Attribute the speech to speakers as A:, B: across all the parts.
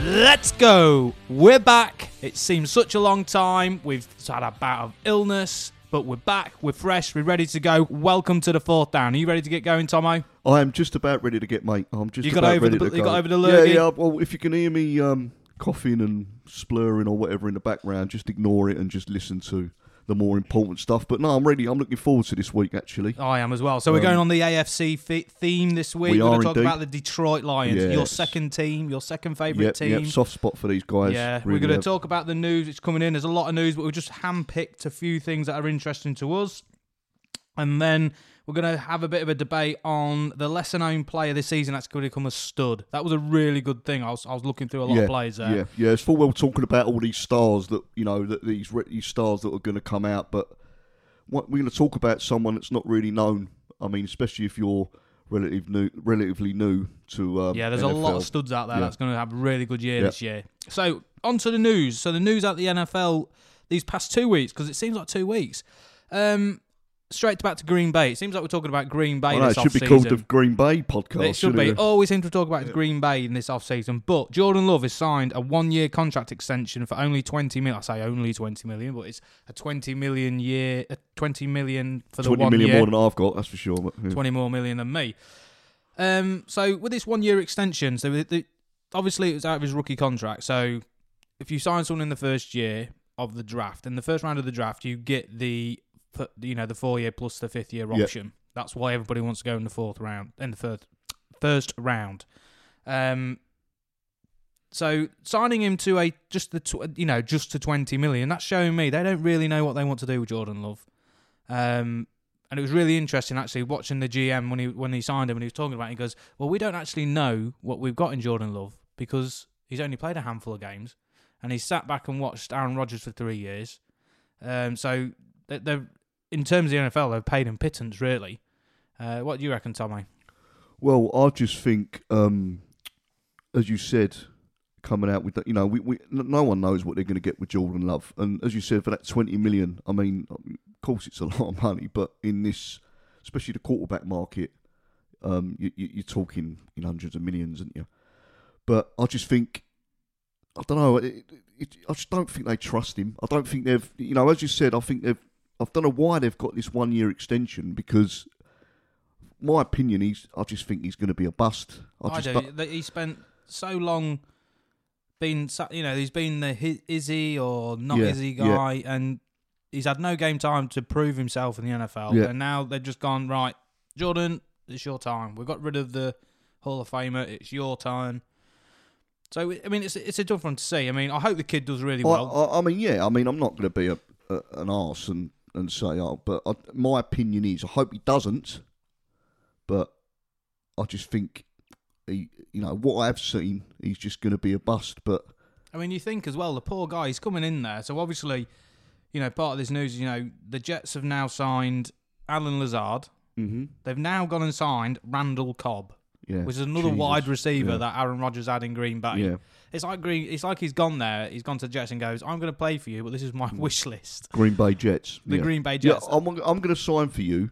A: Let's go. We're back. It seems such a long time. We've had a bout of illness, but we're back. We're fresh. We're ready to go. Welcome to the fourth down. Are you ready to get going, Tomo?
B: I am just about ready to get, mate. I'm just
A: You got
B: about
A: over
B: ready
A: the-
B: to
A: you
B: go.
A: got over the
B: Yeah,
A: lurgy?
B: yeah. Well, if you can hear me um, coughing and splurring or whatever in the background, just ignore it and just listen to the more important stuff. But no, I'm really, I'm looking forward to this week actually.
A: I am as well. So we're going on the AFC fi- theme this week.
B: Um,
A: are
B: We
A: going
B: are
A: to talk
B: indeed.
A: about the Detroit Lions, your
B: Yes.
A: second team, your second favourite
B: Yep,
A: team.
B: yep. Soft spot for these guys.
A: Yeah,
B: really
A: we're going
B: have.
A: to talk about the news that's coming in. There's a lot of news, but we've just handpicked a few things that are interesting to us. And then we're going to have a bit of a debate on the lesser known player this season that's going to become a stud. That was a really good thing. I was, I was looking through a lot
B: yeah,
A: of players there.
B: Yeah, yeah. It's full well talking about all these stars that you know that these re- these stars that are going to come out, but what, we're going to talk about someone that's not really known. I mean, especially if you're relative new, relatively new to. Um,
A: Yeah, there's a
B: NFL.
A: lot of studs out there
B: Yeah.
A: that's going to have a really good year
B: Yeah.
A: this year. So, on to the news. So, the news out the NFL these past two weeks, because it seems like two weeks. Um, straight back to Green Bay. It seems like we're talking about Green Bay
B: I know,
A: this
B: it should be
A: offseason.
B: called the Green Bay podcast.
A: It should
B: shouldn't
A: be.
B: it?
A: Oh, we seem to talk about Green Bay in this offseason, but Jordan Love has signed a one-year contract extension for only 20 million. I say only 20 million, but it's a 20 million year, a 20 million for the
B: Twenty
A: one
B: million
A: year,
B: more than I've got, that's for sure. But, yeah.
A: 20 more million than me. Um, so with this one-year extension, so the, the, obviously it was out of his rookie contract. So if you sign someone in the first year of the draft, in the first round of the draft, you get the f- you know the four-year plus the fifth-year
B: Yeah.
A: option. That's why everybody wants to go in the fourth round, in the first first round. Um, so signing him to a just the tw- you know just to twenty million that's showing me they don't really know what they want to do with Jordan Love. Um, and it was really interesting actually watching the GM when he when he signed him and he was talking about. It, he goes, "Well, we don't actually know what we've got in Jordan Love because he's only played a handful of games, and he's sat back and watched Aaron Rodgers for three years. Um, so they- they're in terms of the NFL, they've paid him pittance really. Uh, what do you reckon, Tommy?
B: Well, I just think, um, as you said, coming out with that, you know, we, we n- no one knows what they're going to get with Jordan Love, and as you said, for that twenty million, I mean, of course, it's a lot of money, but in this, especially the quarterback market, um, you, you, you're talking in hundreds of millions, aren't you? But I just think, I don't know, it, it, I just don't think they trust him. I don't think they've, you know, as you said, I think they've, I don't know why they've got this one year extension because my opinion, he's. I just think he's going to be a bust. I,
A: I
B: just
A: do.
B: don't-
A: That He spent so long being, sa- you know, he's been the hi- is he or not
B: Yeah,
A: is he
B: yeah.
A: guy, and he's had no game time to prove himself in the NFL.
B: Yeah.
A: And now they've just gone right, Jordan, it's your time. We got rid of the Hall of Famer. It's your time. So I mean, it's it's a tough one to see. I mean, I hope the kid does really
B: I,
A: well.
B: I, I mean, yeah. I mean, I'm not going to be a, a an arse and and say, oh, but I, my opinion is, I hope he doesn't. But I just think he, you know, what I have seen, he's just going to be a bust. But
A: I mean, you think as well, the poor guy, he's coming in there. So obviously, you know, part of this news, is, you know, the Jets have now signed Alan Lazard.
B: Mhm.
A: They've now gone and signed Randall Cobb,
B: yeah,
A: which is another
B: Jesus.
A: wide receiver
B: Yeah.
A: that Aaron Rodgers had in Green Bay.
B: Yeah.
A: It's like Green. It's like he's gone there. He's gone to the Jets and goes, "I'm going to play for you, but this is my wish list."
B: Green Bay Jets.
A: The
B: Mm. yeah.
A: Green Bay
B: Yeah, oh,
A: Jets.
B: I'm I'm going to sign for you,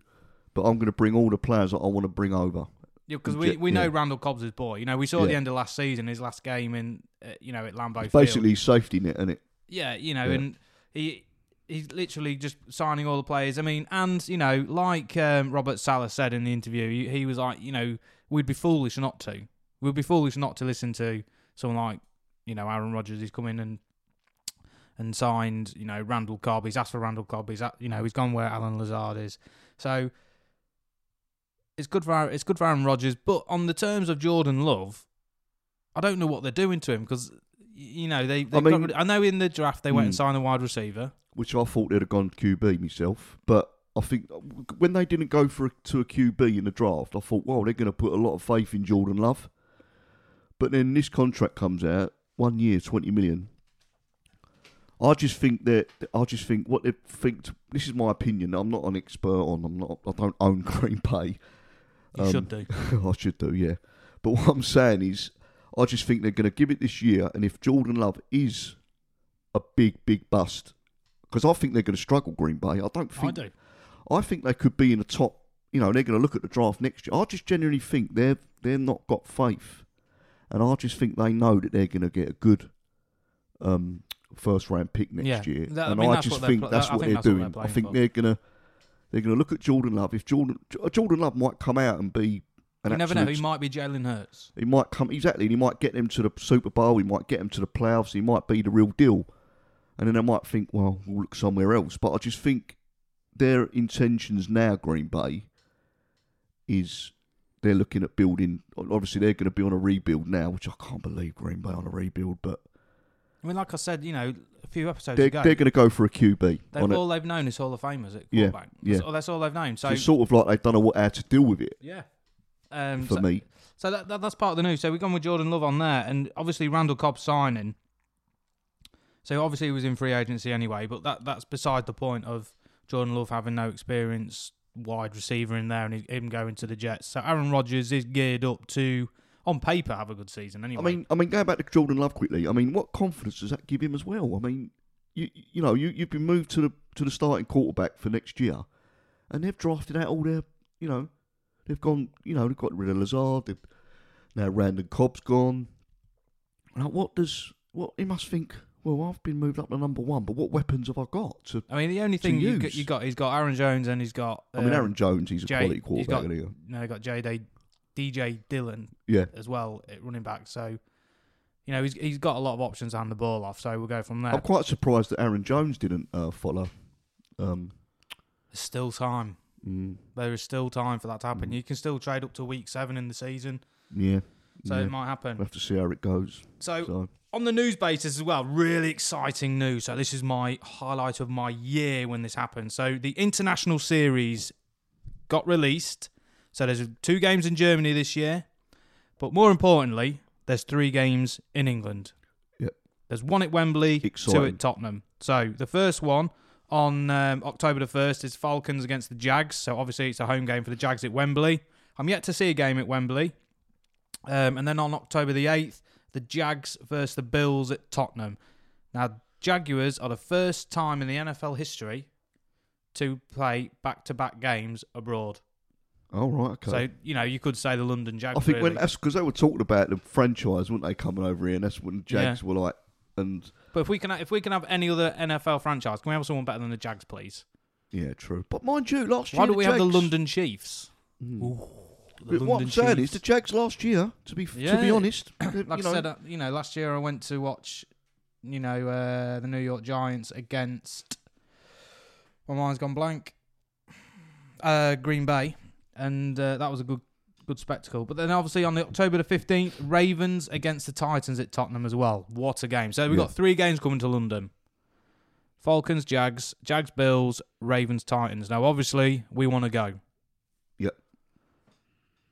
B: but I'm going to bring all the players that I want to bring over.
A: Because we,
B: Jet-
A: we know
B: yeah.
A: Randall Cobb's his boy. You know, we saw the
B: Yeah.
A: end of last season, his last game in uh, you know at Lambeau Field.
B: Basically, safety net, and it.
A: Yeah, you know,
B: Yeah.
A: and he he's literally just signing all the players. I mean, and you know, like um, Robert Salah said in the interview, he, he was like, you know, we'd be foolish not to. We'd be foolish not to listen to someone like you know Aaron Rodgers. He's come in and and signed you know Randall Cobb. He's asked for Randall Cobb. He's at, you know he's gone where Alan Lazard is. So. It's good for Aaron- it's good for Aaron Rodgers, but on the terms of Jordan Love, I don't know what they're doing to him because you know they. they
B: I
A: got
B: mean-
A: rid- I know in the draft they went and
B: Hmm.
A: signed a wide receiver.
B: which I thought they'd have gone QB myself. But I think uh, when they didn't go for a, to a QB in the draft, I thought, well, they're going to put a lot of faith in Jordan Love. But then this contract comes out, one year, twenty million. I just think that I just think what they think. This is my opinion. I'm not an expert on. I'm not. I don't own Green Bay.
A: You
B: Um,
A: should do.
B: I should do, yeah. But what I'm saying is, I just think they're going to give it this year. And if Jordan Love is a big, big bust, because I think they're going to struggle, Green Bay. I don't think.
A: I do.
B: I think they could be in the top. You know, they're going to look at the draft next year. I just genuinely think they're they're not got faith. and I just think they know that they're going to get a good um, first round pick next
A: Yeah.
B: year,
A: That- I
B: and
A: mean,
B: I
A: that's what
B: just
A: they're
B: think
A: pl-
B: that's
A: I
B: what
A: think
B: they're
A: that's what
B: doing.
A: they're
B: I
A: playing
B: think
A: for.
B: they're gonna they're gonna look at Jordan Love. If Jordan J- Jordan Love might come out and be an
A: you never know.
B: absolute
A: He might be Jalen Hurts.
B: he might come exactly, and he might get them to the Super Bowl. He might get them to the playoffs. He might be the real deal, and then they might think, well, we'll look somewhere else. But I just think their intentions now, Green Bay, is they're looking at building. Obviously, they're going to be on a rebuild now, which I can't believe Green Bay on a rebuild, but
A: I mean, like I said, you know, a few episodes
B: they're,
A: ago,
B: they're going to go for a QB
A: they've
B: on it.
A: all they've known is Hall of Famers at
B: Yeah,
A: quarterback.
B: yeah.
A: That's, all, that's all they've known. So
B: it's sort of like they don't know what, how to deal with it
A: yeah, um,
B: for
A: so,
B: me.
A: so that, that that's part of the news. So we've gone with Jordan Love on there, and obviously Randall Cobb signing. So obviously he was in free agency anyway, but that that's beside the point of Jordan Love having no experience wide receiver in there and he- him going to the Jets. So Aaron Rodgers is geared up to, on paper, have a good season
B: I
A: anyway.
B: mean, I mean, going back to Jordan Love quickly. I mean, what confidence does that give him as well? I mean, you you know, you you've been moved to the to the starting quarterback for next year, and they've drafted out all their, you know, they've gone, you know, they've got rid of Lazard. They've, now Randon Cobb's gone. Now, what does what he must think? Well, I've been moved up to number one, but what weapons have I got? To,
A: I mean, the only
B: to
A: thing you
B: use.
A: got, you got, he's got Aaron Jones and he's got.
B: I mean,
A: uh,
B: Aaron Jones, he's a
A: Jay-
B: quality
A: he's
B: quarterback.
A: got-
B: isn't he?
A: No, they got JD, DJ Dillon
B: Yeah,
A: as well at running back. So, you know, he's he's got a lot of options to hand the ball off. So we'll go from there.
B: I'm quite surprised that Aaron Jones didn't uh, follow. Um,
A: There's still time.
B: mm,
A: There is still time for that to happen.
B: Mm.
A: You can still trade up to week seven in the season,
B: yeah,
A: so
B: yeah.
A: it might
B: we'll
A: happen.
B: have to see how it goes.
A: So
B: So
A: on the news basis as well, really exciting news. So this is my highlight of my year when this happened. So the international series got released. So there's two games in Germany this year, but more importantly, there's three games in England.
B: Yep.
A: There's one at Wembley, two
B: Exciting.
A: at Tottenham. So the first one on um, October the first is Falcons against the Jags. So obviously it's a home game for the Jags at Wembley. I'm yet to see a game at Wembley. Um, and then on October the 8th, the Jags versus the Bills at Tottenham. Now, Jaguars are the first time in the NFL history to play back to back games abroad.
B: all right, okay.
A: So, you know, you could say the London Jags.
B: I think when
A: really.
B: that's because they were talking about the franchise, weren't they coming over here? And that's when the Jags were like, and
A: but if we can if we can have any other NFL franchise, can we have someone better than the Jags, please?
B: yeah, true. But mind you, last year
A: Why don't
B: the
A: we have the
B: Jags-
A: London Chiefs? Ooh, the
B: But what I'm saying is the Jags last year, to be to be
A: Yeah.
B: honest, they-
A: like
B: you know,
A: I said, uh, you know, last year I went to watch, you know, uh, the New York Giants against. My mind's gone blank. Uh, Green Bay, and uh, that was a good, good spectacle. But then obviously on the October the fifteenth, Ravens against the Titans at Tottenham as well. What a game! So we've
B: Yeah.
A: got three games coming to London. Falcons, Jags, Jags, Bills, Ravens, Titans. Now, obviously, we want to go.
B: Yep.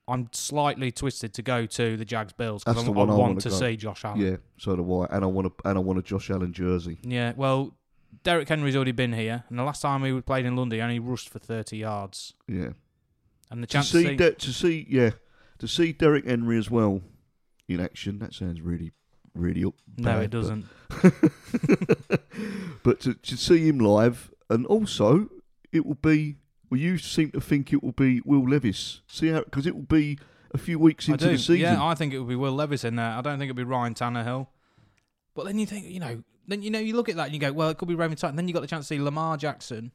A: I'm slightly twisted to go to the Jags Bills
B: That's
A: because I,
B: the one I
A: want
B: wanna
A: to
B: go.
A: see Josh Allen.
B: yeah, so do I. And I want to and I want a Josh Allen jersey.
A: Yeah, well, Derek Henry's already been here, and the last time we played in London, he only rushed for 30 yards.
B: Yeah,
A: And the
B: to
A: chance to
B: see
A: see,
B: De- to see yeah to see Derek Henry as well in action. That sounds really really up.
A: no,
B: bad,
A: it doesn't.
B: but to, to see him live, and also it will be. Well, you seem to think it will be Will Levis. See how because it will be a few weeks
A: I
B: into
A: do.
B: the season.
A: Yeah, I think it would be Will Levis in there. I don't think it would be Ryan Tannehill. But then you think, you know, then you know you look at that and you go, well, it could be Raymond Titan. Then you got the chance to see Lamar Jackson,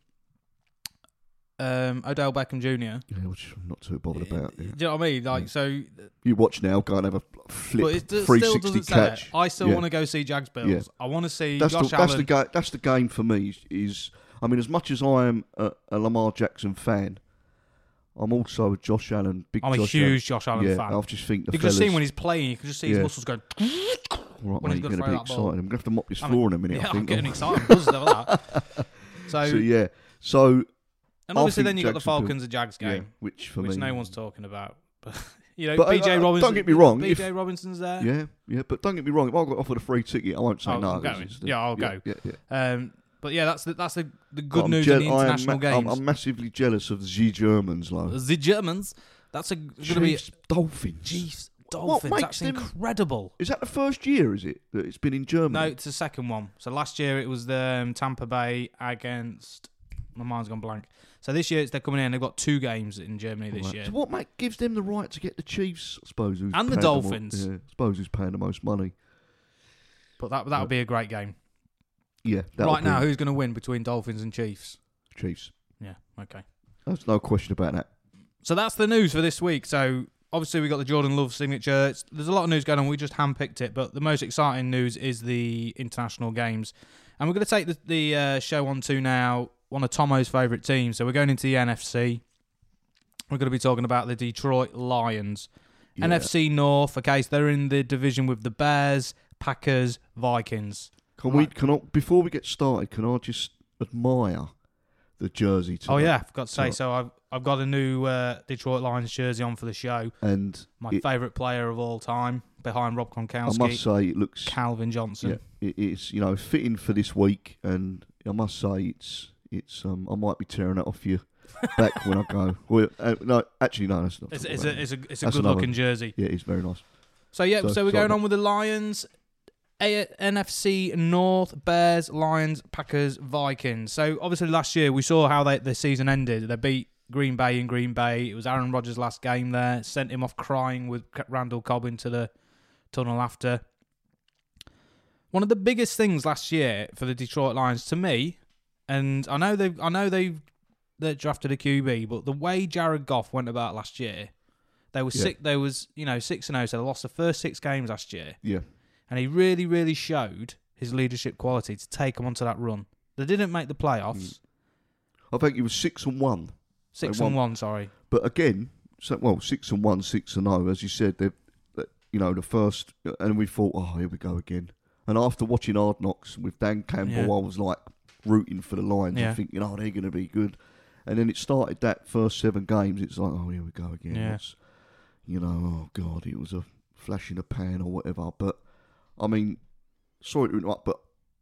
A: um, Odell Beckham Jr.
B: Yeah, which I'm not too bothered about.
A: Do
B: Yeah.
A: you know what I mean? Like, so,
B: You watch now, go and have a flip
A: but it d- still
B: 360
A: doesn't
B: catch.
A: say that. I still
B: Yeah.
A: want to go see Jags Bills.
B: Yeah.
A: I want to see
B: That's the,
A: Josh
B: that's
A: Allen.
B: the game. That's the game for me. Is, is- I mean, as much as I am a, a Lamar Jackson fan, I'm also a Josh Allen big.
A: I'm a
B: Josh
A: huge Josh Allen
B: Allen. Yeah,
A: fan.
B: I just think the
A: You can just see him
B: fellas-
A: when he's playing. You can just see his
B: Yeah.
A: muscles going.
B: All right,
A: when he's gonna
B: mate, you're
A: throw
B: be
A: that
B: excited.
A: ball.
B: I'm going to have to mop this
A: I mean,
B: floor in a minute.
A: Yeah,
B: I
A: I'm
B: think.
A: getting excited. I'm buzzed over that. So,
B: so yeah, so
A: and obviously,
B: I think
A: then you got the
B: Jacksonville-
A: Falcons and Jags
B: yeah,
A: game,
B: which for
A: which
B: me,
A: no one's talking about. But you know,
B: But, uh,
A: BJ
B: uh, don't
A: Robinson.
B: get me wrong,
A: BJ
B: if-
A: Robinson's there.
B: Yeah, yeah, but don't get me wrong. If I got offered a free ticket, I won't say
A: Oh,
B: no.
A: I'm
B: It's
A: going.
B: just a-
A: Yeah, I'll go.
B: Yeah, yeah.
A: Um, but yeah, that's the that's the, the
B: But
A: good
B: I'm
A: news
B: jeal-
A: in the
B: I am
A: international
B: ma- I'm-
A: games.
B: I'm, massively jealous of the Z Germans, like
A: the Germans. That's a going to be
B: Chiefs, Dolphins.
A: Chiefs
B: What
A: Dolphins.
B: makes
A: That's
B: them-
A: incredible.
B: Is that the first year? Is it that it's been in Germany?
A: No, it's the second one. So last year it was the um, Tampa Bay against My mind's gone blank. So this year it's, they're coming in. They've got two games in Germany this
B: Right.
A: year.
B: So what mate gives them the right to get the Chiefs? I suppose who's
A: And the
B: paying mo-
A: Dolphins.
B: yeah, I suppose who's paying the most money?
A: But that that would be a great game.
B: Yeah, that'll
A: right
B: be
A: now, who's going to win between Dolphins and Chiefs?
B: Chiefs.
A: Yeah. Okay.
B: There's no question about that.
A: So that's the news for this week. So obviously we got the Jordan Love signature. It's, there's a lot of news going on. We just handpicked it, but the most exciting news is the international games, and we're going to take the, the uh, show on to now one of Tomo's favourite teams. So we're going into the NFC. We're going to be talking about the Detroit Lions,
B: Yeah.
A: NFC North. Okay, so they're in the division with the Bears, Packers, Vikings.
B: Can
A: Right.
B: we? Can I, before we get started? Can I just admire the jersey? Today?
A: oh yeah, I forgot to say.
B: Right.
A: So I've I've got a new uh, Detroit Lions jersey on for the show.
B: and
A: My
B: It-
A: favourite player of all time, behind Rob
B: I
A: Gronkowski.
B: must say it looks.
A: Calvin Johnson.
B: Yeah, it, it's you know fitting for this week, and I must say it's it's. Um, I might be tearing it off you back when I go. Well, uh, no, actually, no, that's not.
A: It's,
B: talk
A: it's
B: about
A: a
B: it.
A: it's a it's a
B: That's
A: good
B: another-
A: looking jersey.
B: yeah, it's very nice.
A: So yeah, so,
B: So-
A: we're
B: so-
A: going on with the Lions, a- NFC North, Bears, Lions, Packers, Vikings. So obviously last year we saw how they, the season ended. They beat Green Bay in Green Bay. It was Aaron Rodgers' last game there. Sent him off crying with C- Randall Cobb into the tunnel after. One of the biggest things last year for the Detroit Lions to me, and I know they have I know they've they drafted a QB, but the way Jared Goff went about last year, they were
B: Yeah.
A: sick. They was you know six and zero, so they lost the first six games last year,
B: Yeah,
A: and he really really showed his leadership quality to take them onto that run. They didn't make the
B: Mm.
A: playoffs,
B: I think it was six and one,
A: six
B: They
A: and one. Sorry,
B: but again, so, well, six and one, six and oh, as you said, they, they you know the first, and we thought, oh, here we go again. And after watching Hard Knocks with Dan Campbell,
A: Yeah.
B: I was like rooting for the Lions
A: Yeah.
B: and thinking, oh, they're going to be good. And then it started that first seven games. It's like, oh, here we go again.
A: Yeah.
B: It's- you know, oh god, it was a flash in the pan or whatever. But I mean, sorry to interrupt, but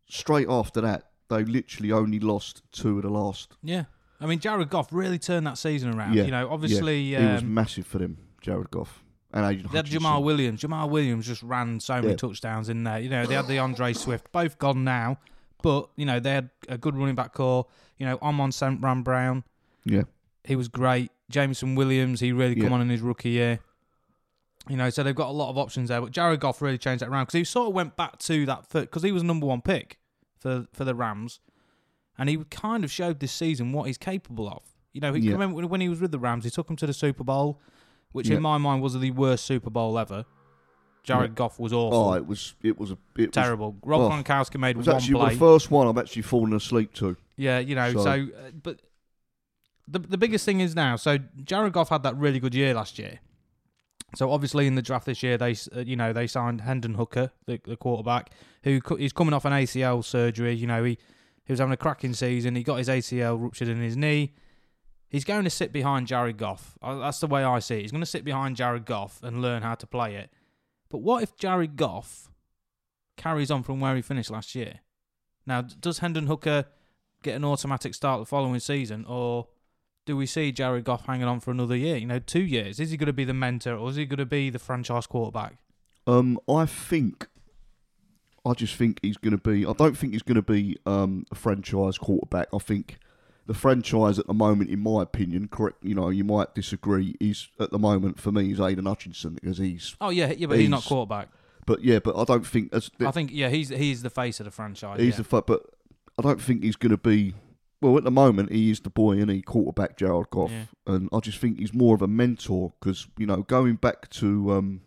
B: straight after that, they literally only lost two of the last
A: yeah. I mean, Jared Goff really turned that season around.
B: Yeah,
A: You know, obviously
B: He was
A: um,
B: massive for them, Jared Goff. And Agent
A: They had
B: Hutchinson.
A: Jamal Williams. Jamal Williams just ran so many
B: Yeah.
A: touchdowns in there. You know, they had the Andre Swift, both gone now, but you know they had a good running back core. You know, Amon St. Ram Brown,
B: Yeah.
A: he was great. Jameson Williams, he really come
B: Yeah.
A: on in his rookie year. You know, so they've got a lot of options there. But Jared Goff really changed that round because he sort of went back to that because he was number one pick for for the Rams, and he kind of showed this season what he's capable of. You know, he,
B: Yeah.
A: remember when- when he was with the Rams, he took him to the Super Bowl, which
B: Yeah.
A: in my mind was the worst Super Bowl ever. Jared
B: Yeah.
A: Goff was awful,
B: Oh, it was it was a it
A: terrible. Rob
B: oh,
A: Gronkowski made
B: Was, it was
A: one
B: actually
A: play.
B: the first one I've actually fallen asleep to.
A: Yeah, you know, so,
B: So-
A: uh, but the the biggest thing is now. So Jared Goff had that really good year last year. So obviously in the draft this year, they s- uh, you know they signed Hendon Hooker, the, the quarterback, who co- he's coming off an ACL surgery. You know he he was having a cracking season. He got his ACL ruptured in his knee. He's going to sit behind Jared Goff. Uh, That's the way I see it. He's going to sit behind Jared Goff and learn how to play it. But what if Jared Goff carries on from where he finished last year? Now, d- does Hendon Hooker get an automatic start the following season, or do we see Jared Goff hanging on for another year? You know, two years. Is he going to be the mentor, or is he going to be the franchise quarterback?
B: Um, I think, I just think he's going to be. I don't think he's going to be um, a franchise quarterback. I think the franchise at the moment, in my opinion, correct. You know, you might disagree. Is at the moment for me is Aiden Hutchinson because he's.
A: Oh yeah, yeah, but he's, not
B: He's-
A: quarterback.
B: But yeah, but I don't think as
A: I think yeah, he's he's the face of the franchise.
B: He's
A: yeah.
B: the fu- but I don't think he's going to be. Well, at the moment, he is the boy, and he quarterback Jared Goff,
A: Yeah.
B: and I just think he's more of a mentor because you know going back to. Um,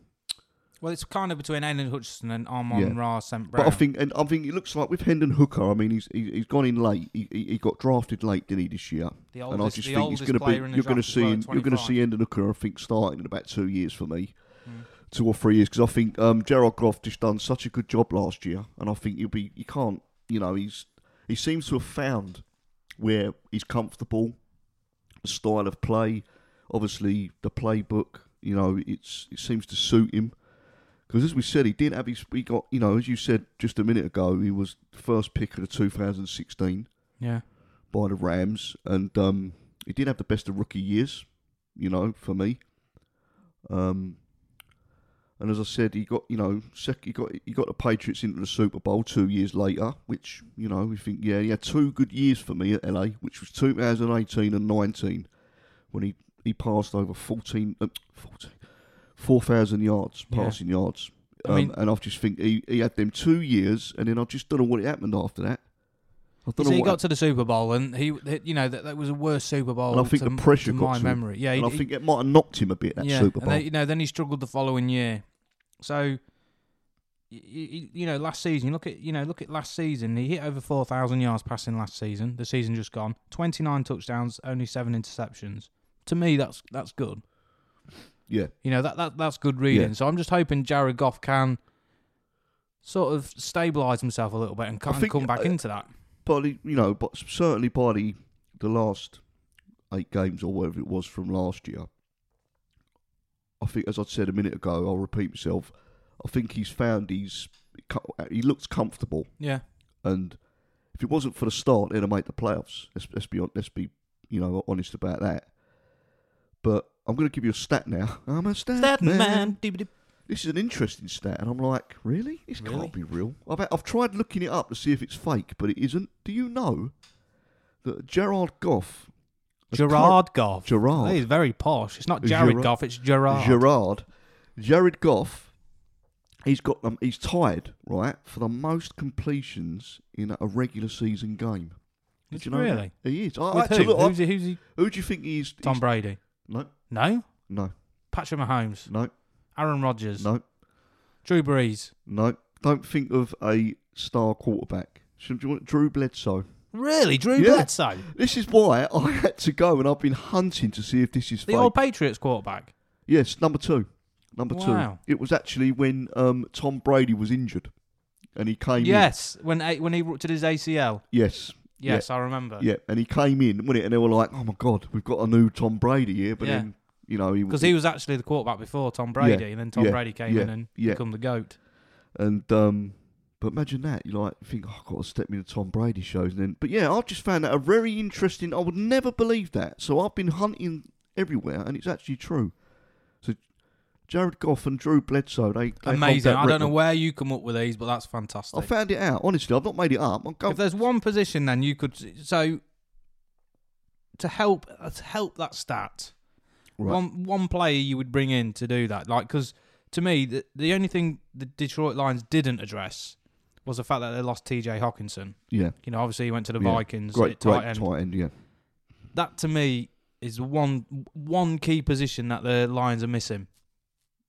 A: well, it's kind of between Aiden Hutchinson and Armon
B: Yeah.
A: Ra St. Brown.
B: but I think, and I think it looks like with Hendon Hooker. I mean, he's he, he's gone in late. He, he he got drafted late, didn't he, this year?
A: the
B: and I
A: oldest,
B: just
A: the
B: think he's
A: oldest
B: going to be.
A: player in the
B: You're going to
A: draft as
B: see
A: well,
B: him. You're going to
A: 25.
B: see Hendon Hooker. I think starting in about two years for me,
A: Mm.
B: two or three years, because I think um, Jared Goff just done such a good job last year, and I think you'll be. You can't. You know, he's he seems to have found where he's comfortable, the style of play, obviously the playbook. You know, it's it seems to suit him. Because as we said, he did have his. He got you know, as you said just a minute ago, he was the first pick of the 2016
A: Yeah,
B: by the Rams, and um, he did have the best of rookie years, you know, for me. Um, And as I said, he got you know sec- he got he got the Patriots into the Super Bowl two years later, which you know we think yeah he had two good years for me at LA, which was 2018 and 19, when he he passed over 14, uh, 14 4,000 yards
A: Yeah.
B: passing yards.
A: I
B: Um,
A: mean-
B: and I just think he, he had them two years, and then I just don't know what happened after that. I don't
A: So
B: know
A: he
B: what
A: got to the Super Bowl, and he, he- you know, that, that was the worst Super Bowl.
B: And I think
A: to,
B: the pressure
A: to
B: got
A: my
B: to him.
A: memory. Yeah,
B: happened.
A: he,
B: and I think it might have knocked him a bit that
A: yeah,
B: Super
A: and
B: Bowl.
A: then, you know, then he struggled the following year. So, y- y- you know, last season, look at you know, look at last season. He hit over four thousand yards passing last season. The season just gone, twenty nine touchdowns, only seven interceptions. To me, that's that's good.
B: yeah,
A: You know that, that that's good reading.
B: Yeah.
A: So I'm just hoping Jared Goff can sort of stabilize himself a little bit and can
B: think,
A: come back
B: uh,
A: into that.
B: but he- you know, but certainly by the, the last eight games or whatever it was from last year, I think, as I said a minute ago, I'll repeat myself. I think he's found he's he looks comfortable,
A: Yeah,
B: and if it wasn't for the start, they'd have made the playoffs. Let's, let's be hon- let's be you know honest about that. But I'm going to give you a stat now. I'm a stat, man. This is an interesting stat, and I'm like, really? This
A: Really?
B: can't be real. I've, I've tried looking it up to see if it's fake, but it isn't. Do you know that Gerard Goff, has
A: Gerard Goff.
B: Gerard.
A: He's very posh. It's not Jared
B: Gerard.
A: Goff. It's
B: cur-
A: Gerard.
B: Gerard, Jared Goff, he's got um, he's tied right for the most completions in a regular season game. Did
A: It's
B: you know that?
A: really.
B: He is. I, I
A: With
B: had to
A: who?
B: look, I-
A: Who's he, who's he?
B: who do you think he is?
A: Tom
B: he's-
A: Brady.
B: No,
A: No.
B: no,
A: Patrick Mahomes.
B: no,
A: Aaron Rodgers.
B: no,
A: Drew Brees.
B: no. Don't think of a star quarterback. Should you want Drew Bledsoe?
A: Really, Drew
B: Yeah.
A: Bledsoe,
B: This is why I had to go and I've been hunting to see if this is
A: the
B: fake.
A: old Patriots quarterback.
B: yes, number two. Number
A: Wow.
B: two. It was actually when um, Tom Brady was injured and he came in.
A: Yes, when a- when he ruptured his ACL.
B: Yes.
A: Yes, I remember.
B: Yeah. And he came in, wasn't it? And they were like, oh my God, we've got a new Tom Brady here. But
A: Yeah.
B: then, you know, he
A: Because he was actually the quarterback before Tom Brady, and then Tom
B: yeah,
A: Brady came
B: yeah,
A: in and
B: yeah.
A: become the goat.
B: And, um, but imagine that. You like think, oh, I've got to step me to Tom Brady shows. And then, but yeah, I've just found that a very interesting. I would never believe that. So I've been hunting everywhere and it's actually true. So Jared Goff and Drew Bledsoe, they, they hold
A: Amazing.
B: that
A: I don't know
B: record. Oh,
A: where you come up with these, but that's
B: I
A: fantastic.
B: found it out. Honestly, I've not made it up. I'm going.
A: if there's one position, then you could so to help uh, to help that stat.
B: Right.
A: One one player you would bring in to do that, like because to me the the only thing the Detroit Lions didn't address was the fact that they lost T.J. Hawkinson.
B: yeah,
A: You know, obviously he went to the
B: Yeah.
A: Vikings.
B: great,
A: at tight
B: great
A: end.
B: tight end. Yeah,
A: That to me is the one one key position that the Lions are missing.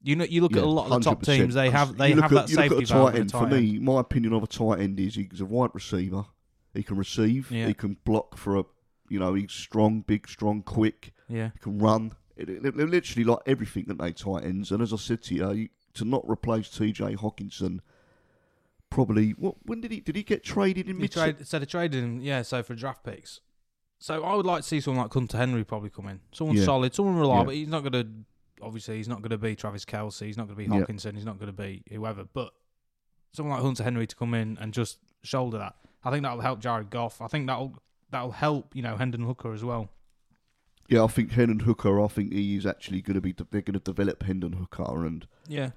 A: You know, you look at a
B: Yeah,
A: lot of the top
B: 100%.
A: teams. They have they
B: You look
A: have
B: at-
A: that
B: you look at
A: safety valve
B: a tight
A: at the
B: end. For
A: tight end.
B: me, my opinion of a tight end is he's a wide receiver. He can receive.
A: Yeah.
B: He can block for a. You know, he's strong, big, strong, quick.
A: Yeah,
B: He can run. It- it- They're literally like everything that they tight ends. And as I said to you, you- to not replace T.J. Hawkinson, probably what? When did he did he get traded in
A: He
B: mid?
A: trade, so they traded him, yeah, so for draft picks. So I would like to see someone like Hunter Henry probably come in. Someone
B: Yeah.
A: solid, someone reliable. He's not going to, obviously, he's not going to be Travis Kelsey. He's not going to be
B: Yeah.
A: Hawkinson. He's not going to be whoever. But someone like Hunter Henry to come in and just shoulder that. I think that'll help Jared Goff. I think that'll that'll help, you know, Hendon Hooker as well.
B: Yeah, I think Hendon Hooker. I think he is actually going to be. They're going to develop Hendon Hooker and.
A: Yeah.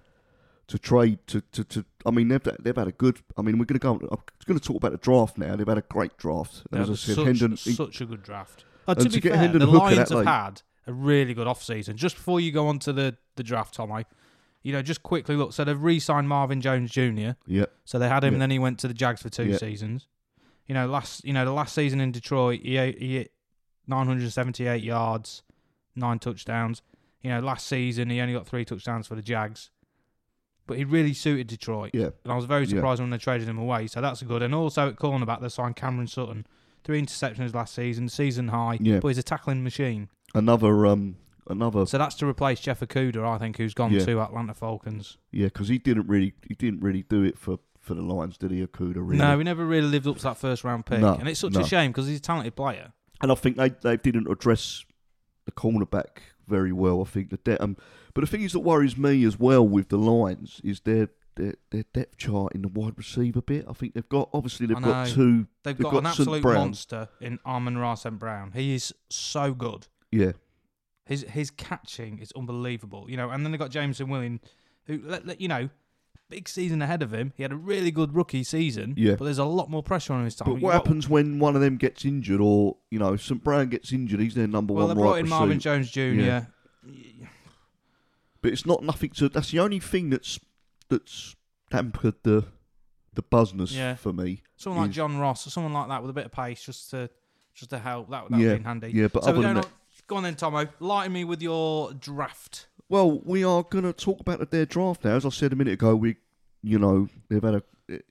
B: to trade to, to, to I mean they've they've had a good I mean we're going to go I'm going to talk about the draft now they've had a great draft and
A: That
B: as I
A: was
B: said
A: such,
B: Hendon he-
A: such a good draft. Uh,
B: and
A: to,
B: to
A: be
B: get
A: fair,
B: Hendon
A: the
B: Hooker
A: Lions
B: that
A: have
B: late-
A: had a really good off-season. Just before you go on to the, the draft, Tomo, you know, just quickly look. So they've re-signed Marvin Jones Jr.,
B: yeah
A: So they had him,
B: Yeah.
A: and then he went to the Jags for two
B: Yeah.
A: seasons. You know, last you know the last season in Detroit, he he hit 978 yards, nine touchdowns. You know, last season he only got three touchdowns for the Jags, but he really suited Detroit.
B: yeah
A: And I was very
B: Yeah.
A: surprised when they traded him away. So that's good. And also at cornerback, they signed Cameron Sutton, three interceptions last season, season high.
B: Yeah.
A: But he's a tackling machine.
B: another um another
A: So that's to replace Jeff Okuda, I think, who's gone
B: Yeah.
A: to Atlanta Falcons.
B: yeah because he didn't really he didn't really do it for for the Lions did he Okuda really
A: No, he never really lived up to that first round pick,
B: No,
A: and it's such a
B: no.
A: shame because he's a talented player.
B: and I think they they didn't address the cornerback very well I think the de- um but the thing is that worries me as well with the Lions is their their, their depth chart in the wide receiver bit I think they've got obviously they've
A: I
B: got
A: know.
B: two
A: They've
B: They've
A: got,
B: got
A: an
B: St.
A: absolute
B: Brown.
A: monster in Armand Ra St. Brown. He is so good.
B: yeah
A: His his catching is unbelievable. You know, and then they got Jameson Williams, who, let- let- you know, big season ahead of him. He had a really good rookie season.
B: Yeah.
A: But there's a lot more pressure on his time.
B: But what happens when one of them gets injured, or you know, if St. Brown gets injured? He's their number
A: Well, they
B: one
A: brought
B: right
A: in
B: receiver.
A: Marvin Jones Jr.
B: Yeah. But it's not nothing to. That's the only thing that's that's dampened the the buzzness
A: Yeah.
B: for me.
A: Someone like
B: He's-
A: John Ross or someone like that with a bit of pace just to just to help. That, that would
B: Yeah.
A: have been handy.
B: Yeah, but
A: so
B: other
A: we're
B: than
A: going
B: that,
A: on, go on then, Tomo. Lighten me with your draft.
B: well, we are going to talk about their draft now. As I said a minute ago, we, you know, they've had a,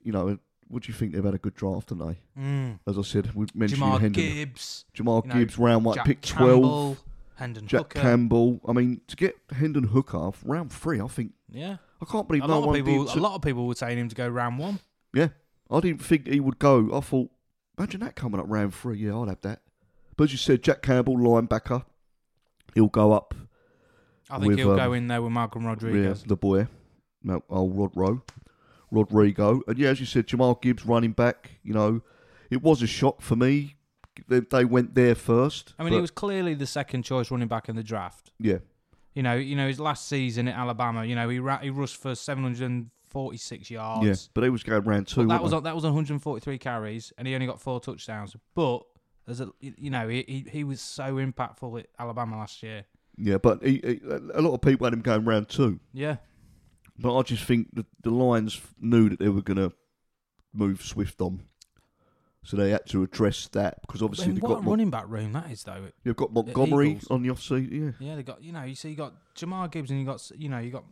B: you know, what do you think they've had a good draft, haven't they?
A: Mm.
B: As I said, we mentioned
A: Jamar
B: Hendon,
A: Gibbs,
B: Jamal
A: you know,
B: Gibbs, round one,
A: Jack
B: pick twelve.
A: Campbell, Hendon
B: Jack
A: Hooker.
B: Campbell. I mean, to get Hendon Hooker off round three, I think
A: yeah,
B: I can't believe
A: a
B: no
A: lot of
B: one
A: people.
B: did.
A: A lot of people were saying him to go round one.
B: I didn't think he would go. I thought, imagine that coming up round three. Yeah, I'd have that. But as you said, Jack Campbell, linebacker, he'll go up.
A: I think
B: With,
A: he'll
B: um,
A: go in there with Malcolm
B: Yeah,
A: Rodriguez.
B: the boy, no, old Rodro, Rodrigo, and yeah, as you said, Jamal Gibbs, running back. You know, it was a shock for me. They, they went there first.
A: I mean,
B: but-
A: he was clearly the second choice running back in the draft.
B: yeah,
A: You know, you know his last season at Alabama. You know, he ra- he rushed for 746 yards.
B: yeah, but he was going round two.
A: But that
B: weren't
A: was
B: they?
A: on- that was 143 carries, and he only got four touchdowns. But there's a you know he he, he was so impactful at Alabama last year.
B: yeah, but he, he, a lot of people had him going round two.
A: Yeah,
B: But I just think the, the Lions knew that they were going to move Swift on. So they had to address that because
A: But
B: obviously
A: then
B: they've
A: what a
B: got, Mon-
A: running back room that is though.
B: they've got Montgomery
A: Eagles.
B: on the offseason. Yeah.
A: Yeah, they got you know you see you got Jamar Gibbs and you got you know you got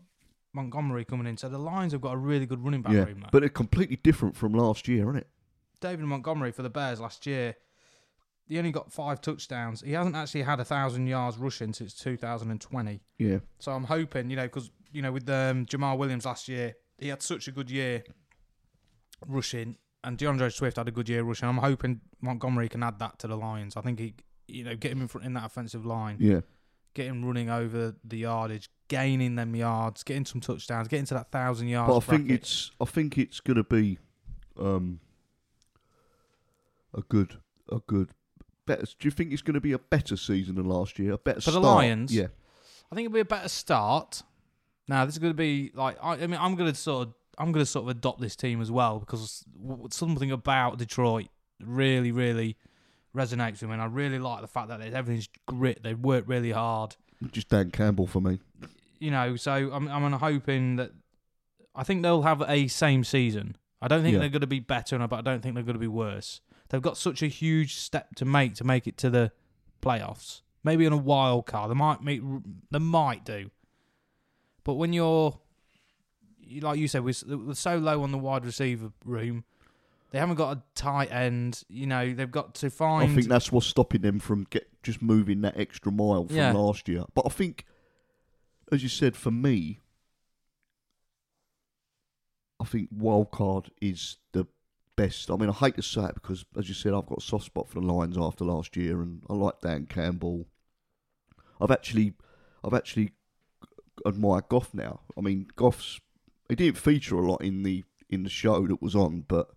A: Montgomery coming in. So the Lions have got a really good running back
B: yeah.
A: room. There.
B: But they're completely different from last year, isn't it?
A: David Montgomery for the Bears last year, he only got five touchdowns. He hasn't actually had a thousand yards rushing since 2020.
B: Yeah.
A: So I'm hoping, you know, because you know with um, Jamal Williams last year, he had such a good year rushing, and DeAndre Swift had a good year rushing. I'm hoping Montgomery can add that to the Lions. I think he, you know, get him in front in that offensive line,
B: Yeah.
A: get him running over the yardage, gaining them yards, getting some touchdowns, getting to that thousand yards.
B: But I think
A: bracket.
B: it's I think it's going to be um, a good a good better. Do you think it's going to be a better season than last year? A better
A: For the
B: start?
A: Lions?
B: Yeah.
A: I think it'll be a better start. Now this is going to be like I, I mean I'm going to sort of I'm going to sort of adopt this team as well because w- something about Detroit really really resonates with me. And I really like the fact that everything's grit. They've worked really hard.
B: Just Dan Campbell for me.
A: You know, so I'm I'm hoping that I think they'll have a same season. I don't think
B: Yeah.
A: they're going to be better, and I- but I don't think they're going to be worse. They've got such a huge step to make to make it to the playoffs. Maybe on a wild card, they might meet, they might do. But when you're, you- like you said, we're s- we're so low on the wide receiver room. They haven't got a tight end. You know, they've got to
B: I
A: find.
B: think that's what's stopping them from get just moving that extra mile from
A: Yeah.
B: last year. But I think, as you said, for me, I think wildcard is the best. I mean, I hate to say it because, as you said, I've got a soft spot for the Lions after last year, and I like Dan Campbell. I've actually, I've actually admired Goff now. I mean, Goff's he didn't feature a lot in the in the show that was on, but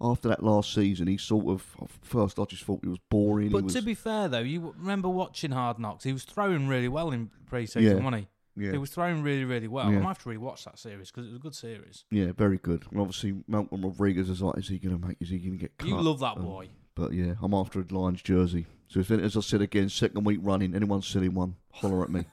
B: after that last season, he sort of first I just thought he was boring. he
A: but
B: was,
A: to be fair though, you remember watching Hard Knocks? He was throwing really well in preseason,
B: Yeah.
A: wasn't he?
B: yeah,
A: It was thrown really, really well. I'm
B: Yeah.
A: gonna have to rewatch that series because it was a good series.
B: yeah, very good. And obviously, Malcolm Rodriguez is like, is he going to make? Is he going to get cut?
A: You love that
B: um,
A: boy.
B: but yeah, I'm after a Lions jersey. So if, as I said again, second week running, anyone selling one, holler at me.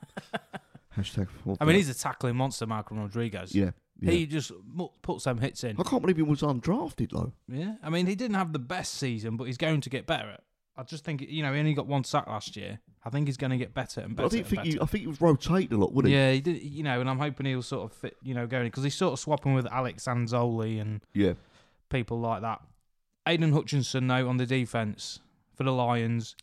B: Hashtag.
A: I mean, he's a tackling monster, Malcolm Rodriguez.
B: yeah, yeah.
A: He just mu- puts some hits in.
B: I can't believe he was undrafted though.
A: Yeah, I mean, he didn't have the best season, but he's going to get better. I just think you know he only got one sack last year. I think he's going to get better and better.
B: I didn't
A: and
B: think he.
A: better.
B: I think he was rotated a lot, would he?
A: yeah, he did, you know, and I'm hoping he'll sort of fit, you know, going because he's sort of swapping with Alex Anzoli and
B: yeah.
A: people like that. Aiden Hutchinson, though, on the defense for the Lions,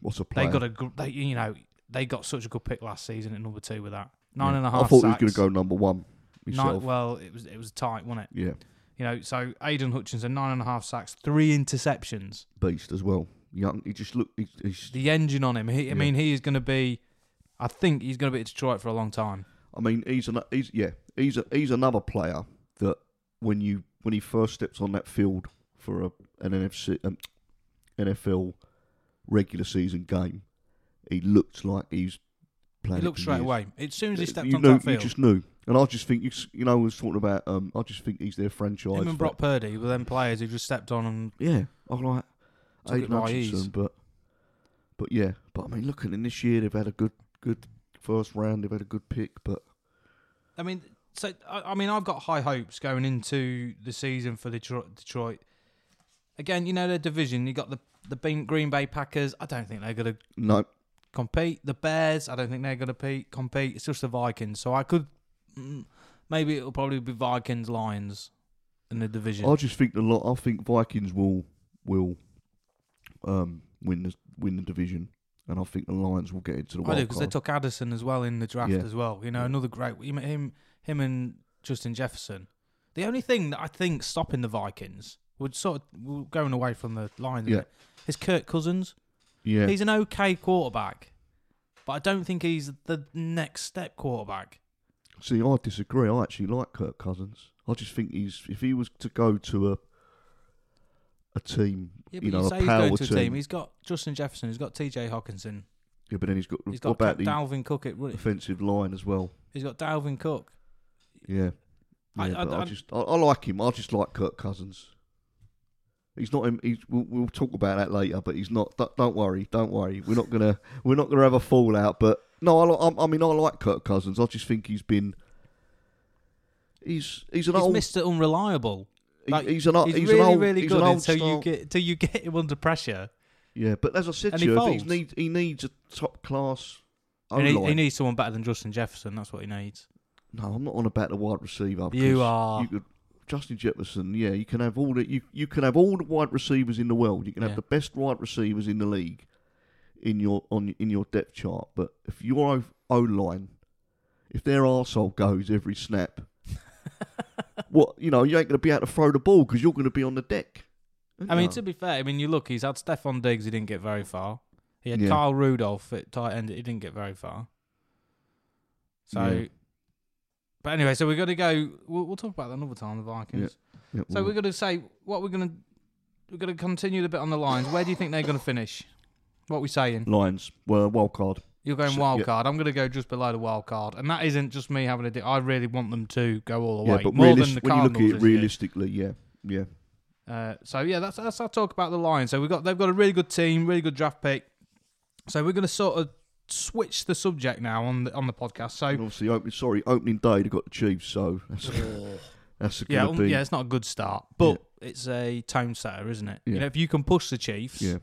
B: What's a
A: They
B: player?
A: got a, gr- they, you know, they got such a good pick last season at number two with that nine
B: Yeah.
A: and a
B: I
A: half.
B: thought
A: sacks.
B: he was going to go number one
A: Nine-
B: himself.
A: well, it was it was tight, wasn't it?
B: yeah,
A: You know, so Aidan Hutchinson nine and a half sacks, three interceptions.
B: beast as well. Young. He just looked. He, he's.
A: The engine on him. He,
B: Yeah.
A: I mean, he is going to be. I think he's going to be at Detroit for a long time.
B: I mean, he's an. He's yeah. He's a, he's another player that when you when he first steps on that field for a an NFC um, NFL regular season game, he looked like he's playing.
A: He looked
B: for
A: straight
B: years.
A: away. As soon as he stepped
B: you
A: on
B: know,
A: that
B: you
A: field,
B: just knew, and I just think you, s- you know, I was talking about. Um, I just think he's their franchise.
A: him and
B: for-
A: Brock Purdy were then players who just stepped on and
B: Yeah, I'm like
A: Took it
B: Aiden
A: by ease.
B: Hutchinson, but but yeah, but I mean, looking in this year, they've had a good good first round. They've had a good pick, but
A: I mean, so I, I mean, I've got high hopes going into the season for Detroit. Detroit. Again, you know their division. You got the the Bean- Green Bay Packers. I don't think they're going to
B: no,
A: compete. The Bears. I don't think they're going to pe- compete. It's just the Vikings. So I could mm, maybe it'll probably be Vikings Lions in the division.
B: I just think the lot. I think Vikings will will um win the win the division, and I think the Lions will get into the
A: I
B: wild
A: do because Oh, they
B: card.
A: took Addison as well in the draft
B: Yeah.
A: as well. You know,
B: Yeah.
A: another great him, him, him and Justin Jefferson. The only thing that I think stopping the Vikings would sort of we're going away from the Lions. a
B: Yeah.
A: bit, is Kirk Cousins.
B: yeah,
A: He's an okay quarterback, but I don't think he's the next step quarterback.
B: See, I disagree. I actually like Kirk Cousins. I just think he's if he was to go to a a team,
A: Yeah, but you,
B: you know,
A: say
B: a
A: he's
B: power
A: going to a
B: team.
A: team. He's got Justin Jefferson. He's got T.J. Hawkinson.
B: yeah, but then he's got,
A: He's
B: what
A: got
B: about the
A: Dalvin Cook at running.
B: offensive line as well.
A: He's got Dalvin Cook.
B: Yeah, yeah
A: I- I-
B: but I,
A: I'm-
B: just I, I like him. I just like Kirk Cousins. He's not. him- He's, we'll, we'll talk about that later. But he's not. Don't, don't worry. Don't worry. We're not gonna. we're not gonna have a fallout. But no, I, li- I'm- I mean, I like Kirk Cousins. I just think he's been. He's he's an
A: He's
B: old.
A: Mr. Unreliable.
B: he-
A: like,
B: he's an old.
A: He's,
B: He's,
A: really,
B: an old.
A: really
B: he's
A: good
B: an old
A: until
B: style-
A: you get until you get him under pressure.
B: Yeah, but as I said
A: And
B: to
A: he
B: you, I think
A: folds.
B: he needs he needs a top class.
A: He, need- he
B: O-line.
A: needs someone better than Justin Jefferson. That's what he needs.
B: no, I'm not on about the wide receiver. because
A: You are.
B: You could, Justin Jefferson. Yeah, you can have all the you, you can have all the wide receivers in the world. You can have
A: Yeah.
B: the best wide receivers in the league in your on in your depth chart. But if your O line, if their arsehole goes every snap, what you know you ain't going to be able to throw the ball because you're going to be on the deck.
A: I mean,
B: aren't
A: to
B: you?
A: be fair, I mean, you look. He's had Stefan Diggs. He didn't get very far. He had
B: Yeah.
A: Kyle Rudolph at tight end. He didn't get very far. So,
B: Yeah.
A: but anyway, so we're going to go. We'll, we'll talk about that another time. The Vikings.
B: Yeah,
A: So
B: well,
A: we're going to say what we're going to we're going to continue the bit on the lines. Where do you think they're going to finish? What we saying?
B: Lions well wild card.
A: You're going
B: So-
A: wild
B: yeah.
A: card. I'm going to go just below the wild card, and that isn't just me having a dick. I really want them to go all the
B: Yeah,
A: way,
B: but
A: more
B: realis-
A: than the
B: when you
A: Cardinals.
B: look at it
A: this year.
B: realistically, yeah, yeah,
A: Uh, so yeah, that's that's our talk about the Lions. So we have got they've got a really good team, really good draft pick. So we're going to sort of switch the subject now on the on the podcast.
B: and
A: So
B: obviously, opening sorry, opening day they got the Chiefs, so that's that's
A: Oh. yeah,
B: going to
A: um,
B: be
A: yeah, it's not a good start, but it's a tone setter, isn't it? You
B: Yeah.
A: know, if you can push the Chiefs,
B: Yeah.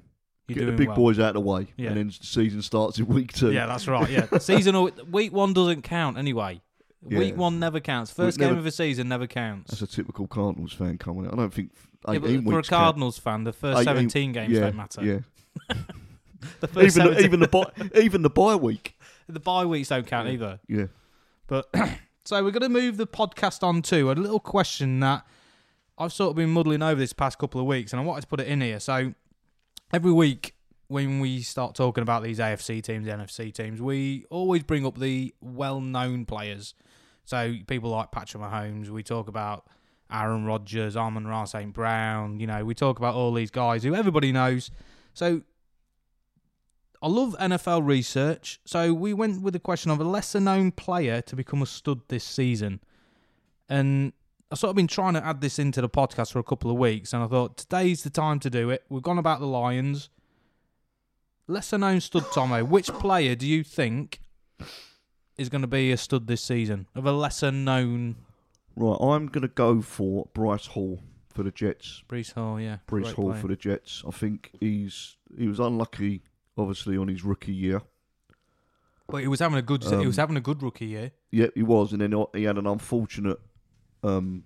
A: you're
B: get the
A: doing
B: big
A: well.
B: boys out of the way,
A: Yeah.
B: and then the season starts in week two.
A: Yeah, that's right. Yeah, seasonal week one doesn't count anyway.
B: Yeah.
A: Week one never counts. First game
B: never-
A: of the season never counts.
B: that's a typical Cardinals fan coming out. I don't think
A: Yeah,
B: 18
A: but for a
B: weeks count.
A: Cardinals fan, the first
B: 18
A: seventeen games
B: yeah,
A: don't matter.
B: Yeah,
A: The first
B: even the,
A: 17
B: even the bye, even the bye week.
A: the bye weeks don't count either.
B: Yeah,
A: But so we're going to move the podcast on to a little question that I've sort of been muddling over this past couple of weeks, and I wanted to put it in here. So every week when we start talking about these AFC teams, NFC teams, we always bring up the well-known players. So people like Patrick Mahomes, we talk about Aaron Rodgers, Armon Ra St. Brown, you know, we talk about all these guys who everybody knows. So I love NFL research, so we went with the question of a lesser known player to become a stud this season. And I've sort of been trying to add this into the podcast for a couple of weeks, and I thought today's the time to do it. We've gone about the Lions. Lesser known stud, Tomo. Which player do you think is going to be a stud this season of a lesser known
B: right. I'm going to go for Bryce Hall for the Jets.
A: Brees Hall? Yeah,
B: Bryce
A: great
B: Hall
A: player.
B: for the Jets. I think he's he was unlucky, obviously, on his rookie year.
A: But he was having a good, he was
B: Um,
A: having a good rookie year.
B: Yep, he was, and then he had an unfortunate, um,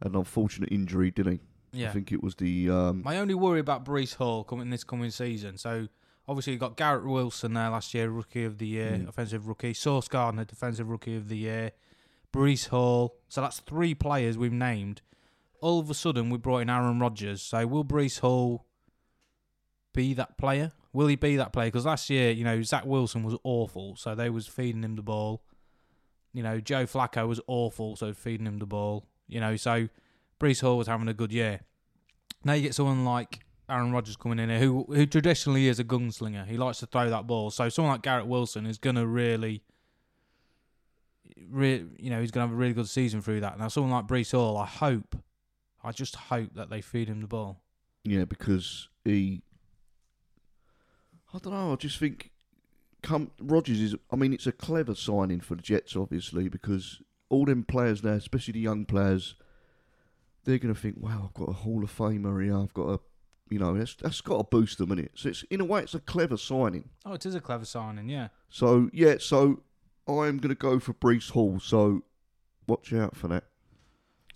B: an unfortunate injury, didn't he?
A: Yeah,
B: I think it was the um,
A: My only worry about Brees Hall coming this coming season. So obviously you got Garrett Wilson there last year, rookie of the year,
B: Mm.
A: offensive rookie. Source Gardner, defensive rookie of the year. Brees Hall. So that's three players we've named. All of a sudden we brought in Aaron Rodgers. So will Brees Hall be that player? Will he be that player? Because last year, you know, Zach Wilson was awful, so they was feeding him the ball. You know, Joe Flacco was awful, so feeding him the ball. You know, so Brees Hall was having a good year. Now you get someone like Aaron Rodgers coming in here, who who traditionally is a gunslinger. He likes to throw that ball. So someone like Garrett Wilson is gonna really, re- you know, he's gonna have a really good season through that. Now someone like Brees Hall, I hope, I just hope that they feed him the ball.
B: Yeah, because he. I don't know. I just think, come Rogers is. I mean, it's a clever signing for the Jets, obviously, because all them players now, especially the young players, they're going to think, "Wow, I've got a Hall of Famer here. I've got a, you know, that's that's got to boost them in it." So it's in a way, it's a clever signing.
A: Oh, it is a clever signing, yeah.
B: So yeah, so I'm going to go for Brees Hall. So watch out for that.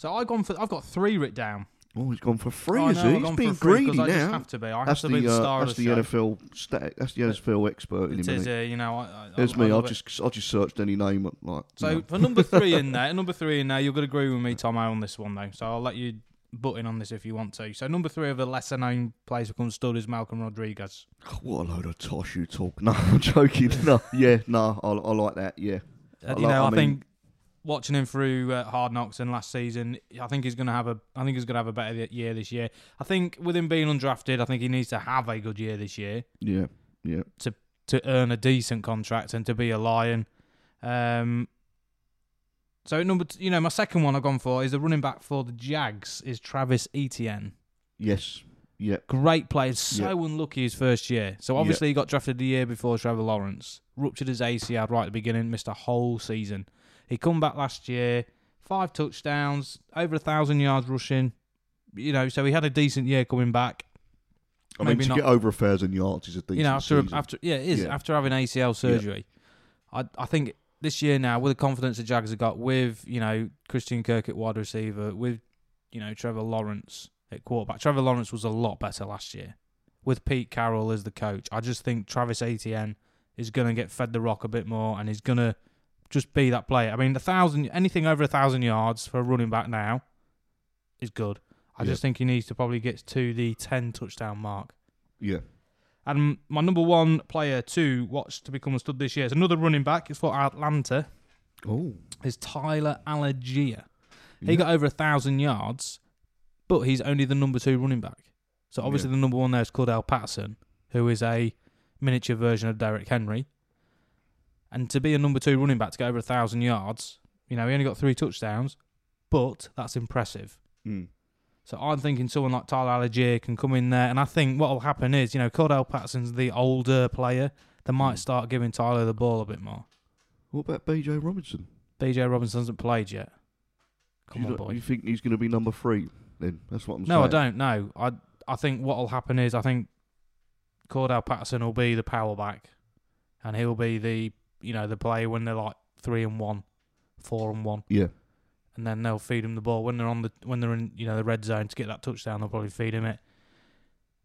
A: So I gone for I've got three writ down.
B: Oh, he's gone for free,
A: Oh,
B: is
A: no,
B: he?
A: I've
B: He's
A: gone for
B: been
A: a free 'cause
B: greedy
A: I just
B: now.
A: have to be. I
B: That's
A: have to
B: the,
A: be the star
B: uh,
A: of
B: that's the
A: show.
B: NFL stat. That's the NFL expert in
A: It
B: him.
A: is,
B: innit?
A: uh, you know, I, I,
B: There's
A: I
B: me. I
A: love it.
B: just I just searched any name. Like
A: So
B: you know.
A: for number three in there, number three in there, you're gonna agree with me, Tom, on this one though. So I'll let you butt in on this if you want to. So number three of the lesser known players become stud is Malcolm Rodriguez.
B: God, what a load of tosh you talk. No, I'm joking. No, yeah, no, I, I like that. Yeah,
A: Uh, you
B: I like-
A: know, I,
B: I mean-
A: think watching him through uh, Hard Knocks and last season, I think he's gonna have a, I think he's gonna have a better year this year. I think with him being undrafted, I think he needs to have a good year this year.
B: yeah, yeah.
A: to earn a decent contract and to be a lion. Um, so at number, t- you know, my second one I've gone for is the running back for the Jags is Travis Etienne.
B: Yes, yeah,
A: Great player, so unlucky his first year. So obviously he got drafted the year before Trevor Lawrence, ruptured his ACL right at the beginning, missed a whole season. He come back last year, five touchdowns, over a thousand yards rushing. You know, so he had a decent year coming back.
B: I
A: Maybe
B: mean, to
A: not-
B: get over a thousand yards is a decent
A: you know, after
B: season.
A: after yeah, it is
B: Yeah.
A: after having ACL surgery. I I think this year now with the confidence the Jags have got with you know Christian Kirk at wide receiver with you know Trevor Lawrence at quarterback. Trevor Lawrence was a lot better last year with Pete Carroll as the coach. I just think Travis Etienne is going to get fed the rock a bit more and he's going to just be that player. I mean, a thousand anything over a thousand yards for a running back now is good. I
B: Yeah.
A: just think he needs to probably get to the ten touchdown mark.
B: yeah,
A: And my number one player to watch to become a stud this year is another running back. It's for Atlanta.
B: oh,
A: Is Tyler Allegia. He
B: Yeah.
A: got over a thousand yards, but he's only the number two running back. So obviously the number one there is Cordell Patterson, who is a miniature version of Derrick Henry. And to be a number two running back to get over a thousand yards, you know he only got three touchdowns, but that's impressive.
B: mm.
A: So I'm thinking someone like Tyler Allegier can come in there, and I think what will happen is, you know, Cordell Patterson's the older player. They might start giving Tyler the ball a bit more.
B: what about BJ Robinson?
A: BJ Robinson hasn't played yet. Come
B: you,
A: on,
B: don't-
A: boy.
B: you think he's going to be number three? Then that's what I'm saying.
A: No, I don't. No, I I think what will happen is I think Cordell Patterson will be the power back, and he'll be the you know the player when they're like three and one, four and one,
B: Yeah,
A: and then they'll feed him the ball when they're on the when they're in you know the red zone to get that touchdown. They'll probably feed him it.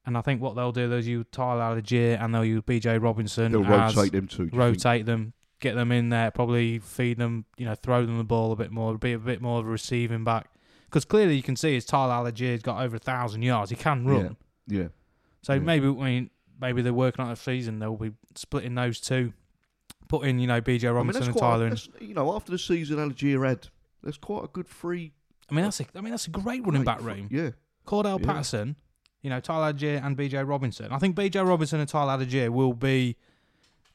A: And I think what they'll do is you Tyler Algier and they'll use BJ Robinson
B: they'll
A: as
B: rotate them two. do you think?
A: rotate them, get them in there, probably feed them, you know, throw them the ball a bit more, be a bit more of a receiving back. Because clearly you can see is Tyler Algier's got over a thousand yards. He can run.
B: Yeah. Yeah,
A: So
B: Yeah.
A: maybe I mean maybe they're working on a season. They'll be splitting those two, putting you know B.J.
B: I mean
A: Robinson
B: that's
A: and
B: quite.
A: Tyler. in.
B: that's, you know, after the season Algier had, that's quite a good free.
A: I mean that's a, I mean that's a great running back room.
B: Yeah,
A: Cordell
B: Yeah.
A: Patterson, you know, Tyler Algier and BJ Robinson. I think BJ Robinson and Tyler Algier will be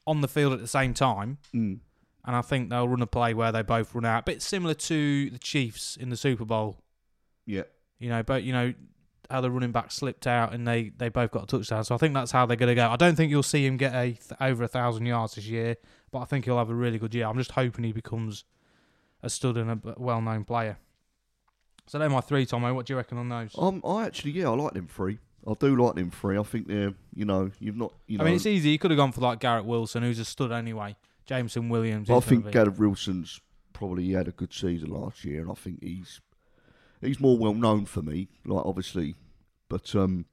A: on the field at the same time,
B: mm.
A: and I think they'll run a play where they both run out. A bit similar to the Chiefs in the Super Bowl.
B: yeah.
A: You know, but you know how the running back slipped out and they they both got a touchdown. So I think that's how they're going to go. I don't think you'll see him get a th- over a thousand yards this year, but I think he'll have a really good year. I'm just hoping he becomes a stud and a b- well-known player. So they're my three, Tomo. What do you reckon on those?
B: Um, I actually, yeah, I like them three. I do like them three. I think they're, you know, you've not, you know,
A: I mean, it's easy. He could have gone for like Garrett Wilson, who's a stud anyway. Jameson Williams.
B: I
A: he's gonna
B: think uh,
A: be-
B: Gareth Wilson's probably had a good season last year, and I think he's he's more well known for me, like obviously, but um,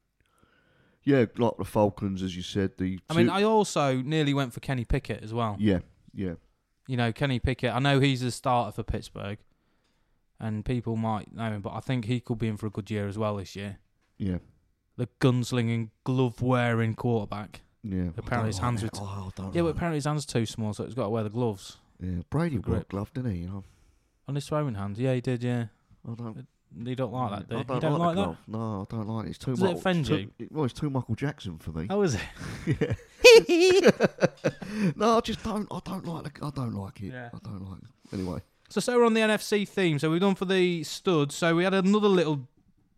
B: yeah, like the Falcons, as you said, the
A: I mean,
B: two-
A: I also nearly went for Kenny Pickett as well.
B: yeah, yeah,
A: You know, Kenny Pickett. I know he's a starter for Pittsburgh, and people might know him, but I think he could be in for a good year as well this year.
B: yeah,
A: The gunslinging, glove-wearing quarterback.
B: yeah.
A: Apparently his hands
B: were.
A: were-
B: Oh, I
A: Yeah,
B: don't
A: but
B: like that.
A: apparentely his hand's too small, so it's got to wear the gloves
B: yeah, Brady wore a
A: grip.
B: glove, didn't he? You know,
A: on his throwing hand. Yeah, he did. Yeah,
B: I don't.
A: You don't like that, do
B: Mm, I
A: you?
B: don't,
A: You don't like
B: the
A: that?
B: glove. No, I don't like it. It's too
A: Does it
B: much.
A: offend you?
B: well, it's too Michael Jackson for me.
A: Oh, is it?
B: no, I just don't. I don't like. The, I don't like it.
A: Yeah.
B: I don't like. It. Anyway,
A: So, so we're on the NFC theme. So we've done for the stud. So we had another little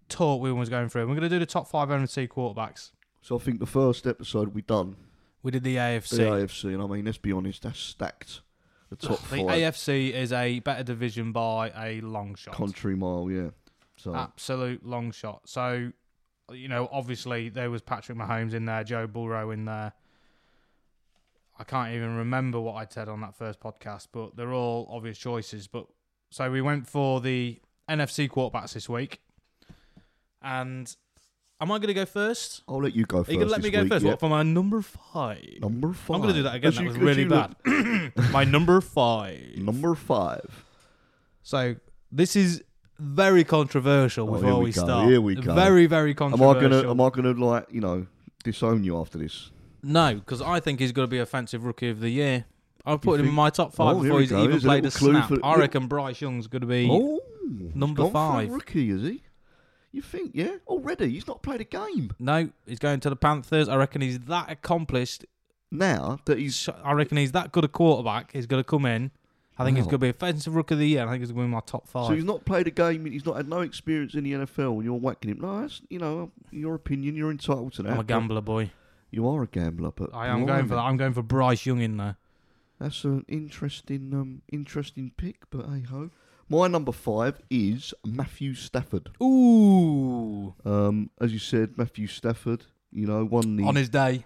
A: talk we was going through. We're going to do the top five NFC quarterbacks.
B: so I think the first episode we done
A: We did the AFC.
B: the AFC, and I mean, let's be honest, that's stacked. The top
A: the
B: five
A: AFC is a better division by a long shot.
B: country mile, yeah. So
A: Ah. Absolute long shot. So, you know, obviously there was Patrick Mahomes in there, Joe Burrow in there. I can't even remember what I said on that first podcast, but they're all obvious choices. But so we went for the NFC quarterbacks this week, and am I going to go first?
B: I'll let you go first.
A: Are you going to let
B: this
A: me go
B: week,
A: first?
B: yeah.
A: What for my number five?
B: Number 5
A: I'm going to do that again.
B: As
A: that
B: you-
A: was
B: as
A: really
B: you look-
A: bad. my number five.
B: Number five.
A: So this is very controversial
B: Oh,
A: before
B: here we
A: we
B: go,
A: start.
B: here we go.
A: Very, very
B: Am I
A: controversial.
B: gonna? Am I gonna like you know disown you after this?
A: No, because I think he's going to be offensive rookie of the year. I put him
B: think-
A: in my top five
B: Oh, here
A: before
B: we
A: he's
B: go.
A: even
B: Here's a
A: played a
B: little clue
A: snap.
B: for-
A: I reckon Bryce Young's going to be.
B: Oh, he's
A: number
B: gone for a
A: five.
B: rookie is he? You think? Yeah, already he's not played a game
A: No, he's going to the Panthers. I reckon he's that accomplished.
B: now that he's.
A: He's, I reckon he's that good a quarterback. He's going to come in. I think he's
B: Wow.
A: going to be offensive rookie of the year. I think he's going to be my top five.
B: So he's not played a game. He's not had no experience in the NFL, and you're whacking him. No, that's you know your opinion. You're entitled to that.
A: I'm a
B: but
A: gambler boy.
B: You are a gambler, but
A: I am going for that. I'm going for Bryce Young in there.
B: That's an interesting, um, interesting pick. But hey ho, my number five is Matthew Stafford.
A: Ooh,
B: Um, as you said, Matthew Stafford. You know, won the
A: on his day.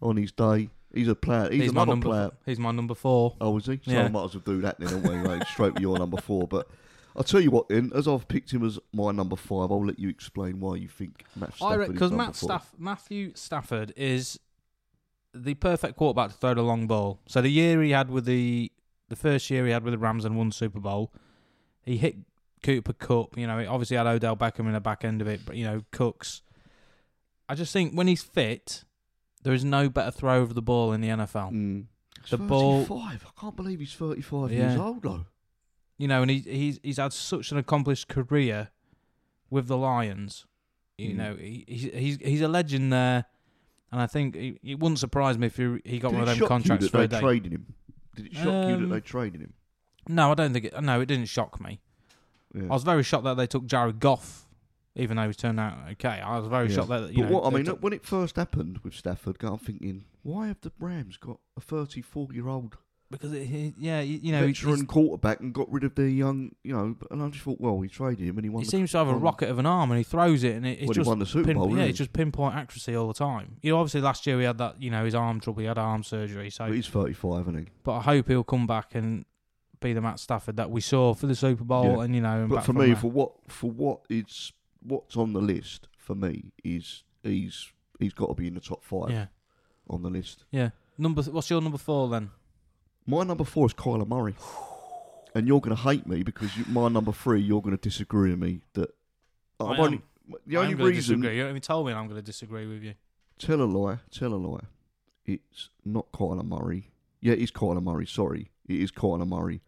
B: on his day. He's a player. He's,
A: my
B: another
A: number.
B: player.
A: He's my number four.
B: Oh, is he? So
A: Yeah.
B: I might as well do that then, don't we? Like, straight with your number four. But I'll tell you what, then, as I've picked him as my number five, I'll let you explain why you think Matt
A: I
B: Stafford
A: reckon
B: is
A: because
B: number
A: Matt
B: four.
A: Staff- Matthew Stafford is the perfect quarterback to throw the long ball. So the year he had with the the first year he had with the Rams and won Super Bowl, he hit Cooper Cup. You know, he obviously had Odell Beckham in the back end of it, but you know Cooks. I just think when he's fit, there is no better throw of the ball in the NFL.
B: Mm. He's
A: The ball-
B: 35. I can't believe he's 35 years
A: Yeah.
B: old, though.
A: You know, and he, he's he's had such an accomplished career with the Lions. You
B: Mm.
A: know, he, he's he's he's a legend there, and I think it, it wouldn't surprise me if he, he got one
B: Did it
A: of them
B: shock
A: contracts
B: you
A: for a
B: that
A: day.
B: they traded him? Did it shock you
A: Um,
B: that they traded him?
A: No, I don't think it. No, it didn't shock me.
B: Yeah.
A: I was very shocked that they took Jared Goff, even though he's turned out okay. I was very
B: Yeah.
A: shocked that
B: but
A: you know.
B: what I
A: they
B: mean,
A: took-
B: look, when it first happened with Stafford, I'm thinking, why have the Rams got a 34 year old
A: because it, he- yeah, you, you know, he's-
B: veteran quarterback and got rid of their young, you know? And I just thought, well, he traded him and he won.
A: he
B: the,
A: seems to have a
B: won-
A: rocket of an arm, and he throws it, and it, it's
B: well,
A: just
B: he won the Super
A: pin-
B: Bowl.
A: yeah,
B: didn't
A: it's
B: he?
A: just pinpoint accuracy all the time. You know, obviously last year he had that, you know, his arm trouble, he had arm surgery. So,
B: But he's 35, isn't he?
A: but I hope he'll come back and be the Matt Stafford that we saw for the Super Bowl,
B: Yeah.
A: and you know, and
B: But
A: back
B: for
A: from
B: me,
A: there.
B: for what for what it's what's on the list for me is he's he's got to be in the top five
A: yeah,
B: on the list.
A: yeah. Number, what's your number four then?
B: My number four is Kyler Murray, and you're going to hate me because you, my number three, you're going to disagree with me that
A: I
B: I've
A: am.
B: only the
A: I am
B: only
A: gonna
B: reason
A: disagree. you haven't even told me, and I'm going to disagree with you.
B: tell a lie, tell a lie. It's not Kyler Murray. Yeah, it is Kyler Murray. Sorry, it is Kyler Murray.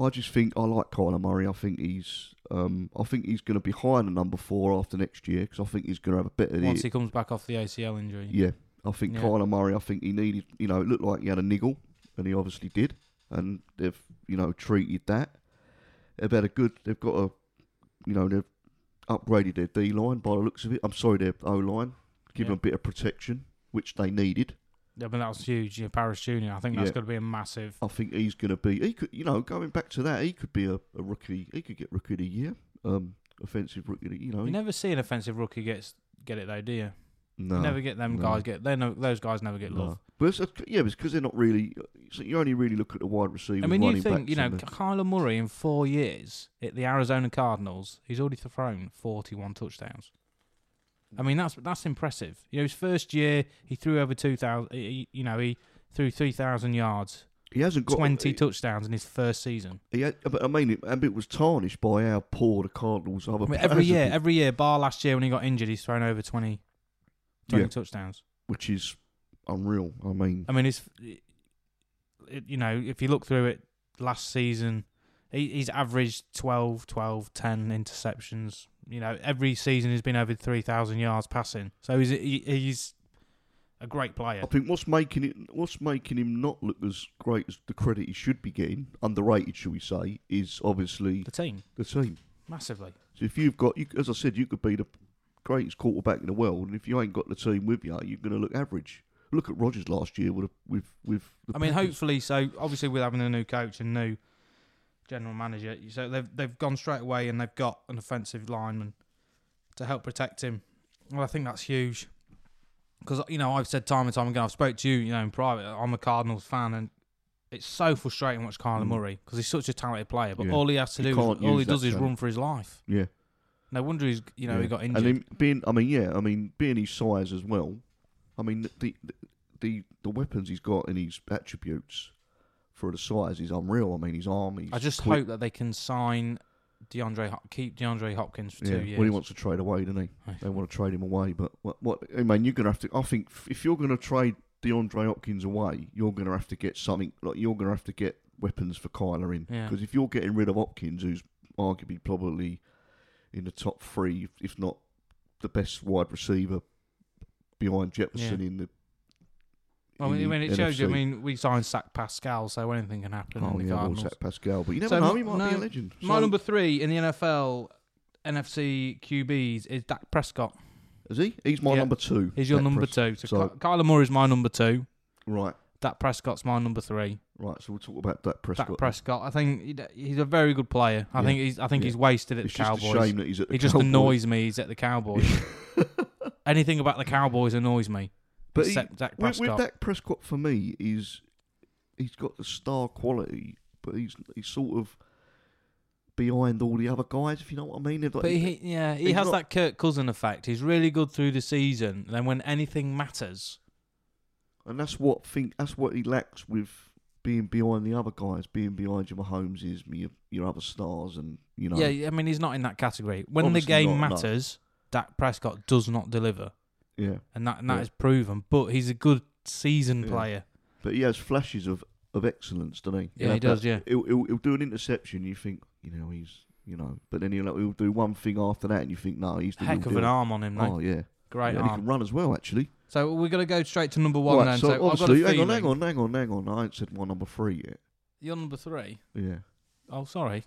B: I just think I like Kyler Murray. I think he's, um, I think he's going to be higher than number four after next year because I think he's going to have a better year.
A: Once he comes back off the ACL injury,
B: Yeah, I think
A: Yeah.
B: Kyler Murray. I think he needed. You know, it looked like he had a niggle, and he obviously did. And they've you know treated that. They've had a good. They've got a. You know they've upgraded their D line by the looks of it. I'm sorry, their O line. Give
A: Yeah.
B: them a bit of protection, which they needed.
A: I mean, that was huge. Yeah, Paris Junior. I think that's
B: Yeah. Oh,
A: going to be a massive.
B: I think he's going to be. He could. You know, going back to that, he could be a, a rookie. He could get rookie of the year. Um, offensive rookie. Of the, you know,
A: You never see an offensive rookie gets get it though, do you?
B: no.
A: you never get them
B: no.
A: guys get. They no, those guys never get
B: no.
A: love.
B: But it's, yeah, it's because they're not really. So you only really look at the wide receivers.
A: I mean, you
B: running
A: think you
B: backs
A: know
B: and the-
A: Kyler Murray in four years at the Arizona Cardinals, he's already thrown forty-one touchdowns. I mean, that's that's impressive. You know, his first year he threw over two thousand. You know, he threw three thousand yards,
B: He hasn't got
A: twenty
B: He,
A: touchdowns in his first season.
B: he had, but I mean, it, and it was tarnished by how poor the Cardinals are.
A: I mean, every year, every year, bar last year when he got injured, he's thrown over 20, 20
B: Yeah.
A: touchdowns.
B: which is unreal. I mean,
A: I mean, it's it, you know, if you look through it, last season He, he's averaged 12, 12, 10 interceptions. You know, every season he's been over 3,000 yards passing. So he's he, he's a great player.
B: I think what's making it, what's making him not look as great as the credit he should be getting, underrated, shall we say, is obviously
A: The team,
B: the team.
A: massively.
B: So if you've got, you, as I said, you could be the greatest quarterback in the world, and if you ain't got the team with you, you're going to look average. Look at Rogers last year with a, with with. The
A: I mean,
B: Packers.
A: hopefully, so obviously with having a new coach and new general manager, so they've they've gone straight away and they've got an offensive lineman to help protect him. Well, I think that's huge because you know I've said time and time again. I've spoke to you, you know, in private. I'm a Cardinals fan, and it's so frustrating watch Kyler
B: Mm.
A: Murray because he's such a talented player, but
B: Yeah.
A: all he has to do,
B: You
A: is,
B: can't
A: all he
B: use
A: does
B: that
A: is run
B: talent.
A: for his life.
B: yeah.
A: No wonder he's you know he
B: Yeah.
A: got
B: And
A: injured.
B: him being, I mean, yeah, I mean, being his size as well. I mean, the the the, the weapons he's got and his attributes for the size is unreal. I mean, his arm. He's
A: I just
B: quick.
A: hope that they can sign DeAndre, Hop- keep DeAndre Hopkins for
B: Yeah,
A: two years.
B: well, he wants to trade away, doesn't he?
A: Aye.
B: They want to trade him away, but what? What? I mean, you're going to have to. I think f- if you're going to trade DeAndre Hopkins away, you're going to have to get something. Like you're going to have to get weapons for Kyler in,
A: Yeah.
B: because if you're getting rid of Hopkins, who's arguably probably in the top three, if- if not the best wide receiver behind Jefferson in the.
A: Well, I mean,
B: in the
A: it shows you. I
B: NFC.
A: mean, we signed Sack Pascal, so anything can happen
B: Oh
A: in the
B: yeah, well,
A: Cardinals.
B: Zach Pascal, but you never
A: So
B: know.
A: my-
B: He might be
A: no,
B: a legend.
A: My
B: So-
A: number three in the NFL NFC QBs is Dak Prescott.
B: is he? He's my
A: Yeah.
B: number two.
A: He's your
B: Dak
A: number
B: Pres-
A: two. So,
B: so-
A: Ky- Kyler Moore is my number two.
B: Right,
A: Dak Prescott's my number three.
B: right. So we'll talk about Dak Prescott.
A: Dak Prescott. I think he'd- he's a very good player. I
B: Yeah.
A: think he's. I think
B: Yeah.
A: he's wasted at
B: It's
A: the
B: just
A: Cowboys.
B: a shame that he's at the
A: He just
B: Cowboys.
A: annoys me. He's at the Cowboys. Anything about the Cowboys annoys me.
B: But he,
A: except Dak
B: with,
A: Prescott.
B: with Dak Prescott, for me, is he's got the star quality, but he's he's sort of behind all the other guys. If you know what I mean, They've like-
A: But he, yeah, he
B: he's
A: has
B: not-
A: that Kirk Cousin effect. He's really good through the season. Then when anything matters,
B: and that's what think that's what he lacks with being behind the other guys, being behind your Mahomes, is your your other stars, and you know,
A: Yeah, I mean, he's not in that category. When the
B: Obviously
A: game
B: not, no.
A: matters, Dak Prescott does not deliver,
B: yeah.
A: and that and that is
B: Yeah.
A: proven. But he's a good season
B: Yeah.
A: player.
B: But he has flashes of, of excellence, doesn't he?
A: Yeah, he
B: He'll have
A: does,
B: that-
A: yeah.
B: he'll, he'll he'll do an interception. You think you know he's you know, but then he'll he'll do one thing after that, and you think no, he's the
A: Heck
B: real
A: of an
B: deal.
A: arm on him, though.
B: Oh yeah,
A: Great
B: Yeah, and he
A: arm.
B: can run as well actually.
A: So we're gonna go straight to number one
B: right,
A: then.
B: so,
A: I've got a
B: obviously, hang on,
A: feeling-
B: hang on, hang on, hang on. I ain't said my number three yet.
A: You're number three.
B: Yeah,
A: Oh, sorry.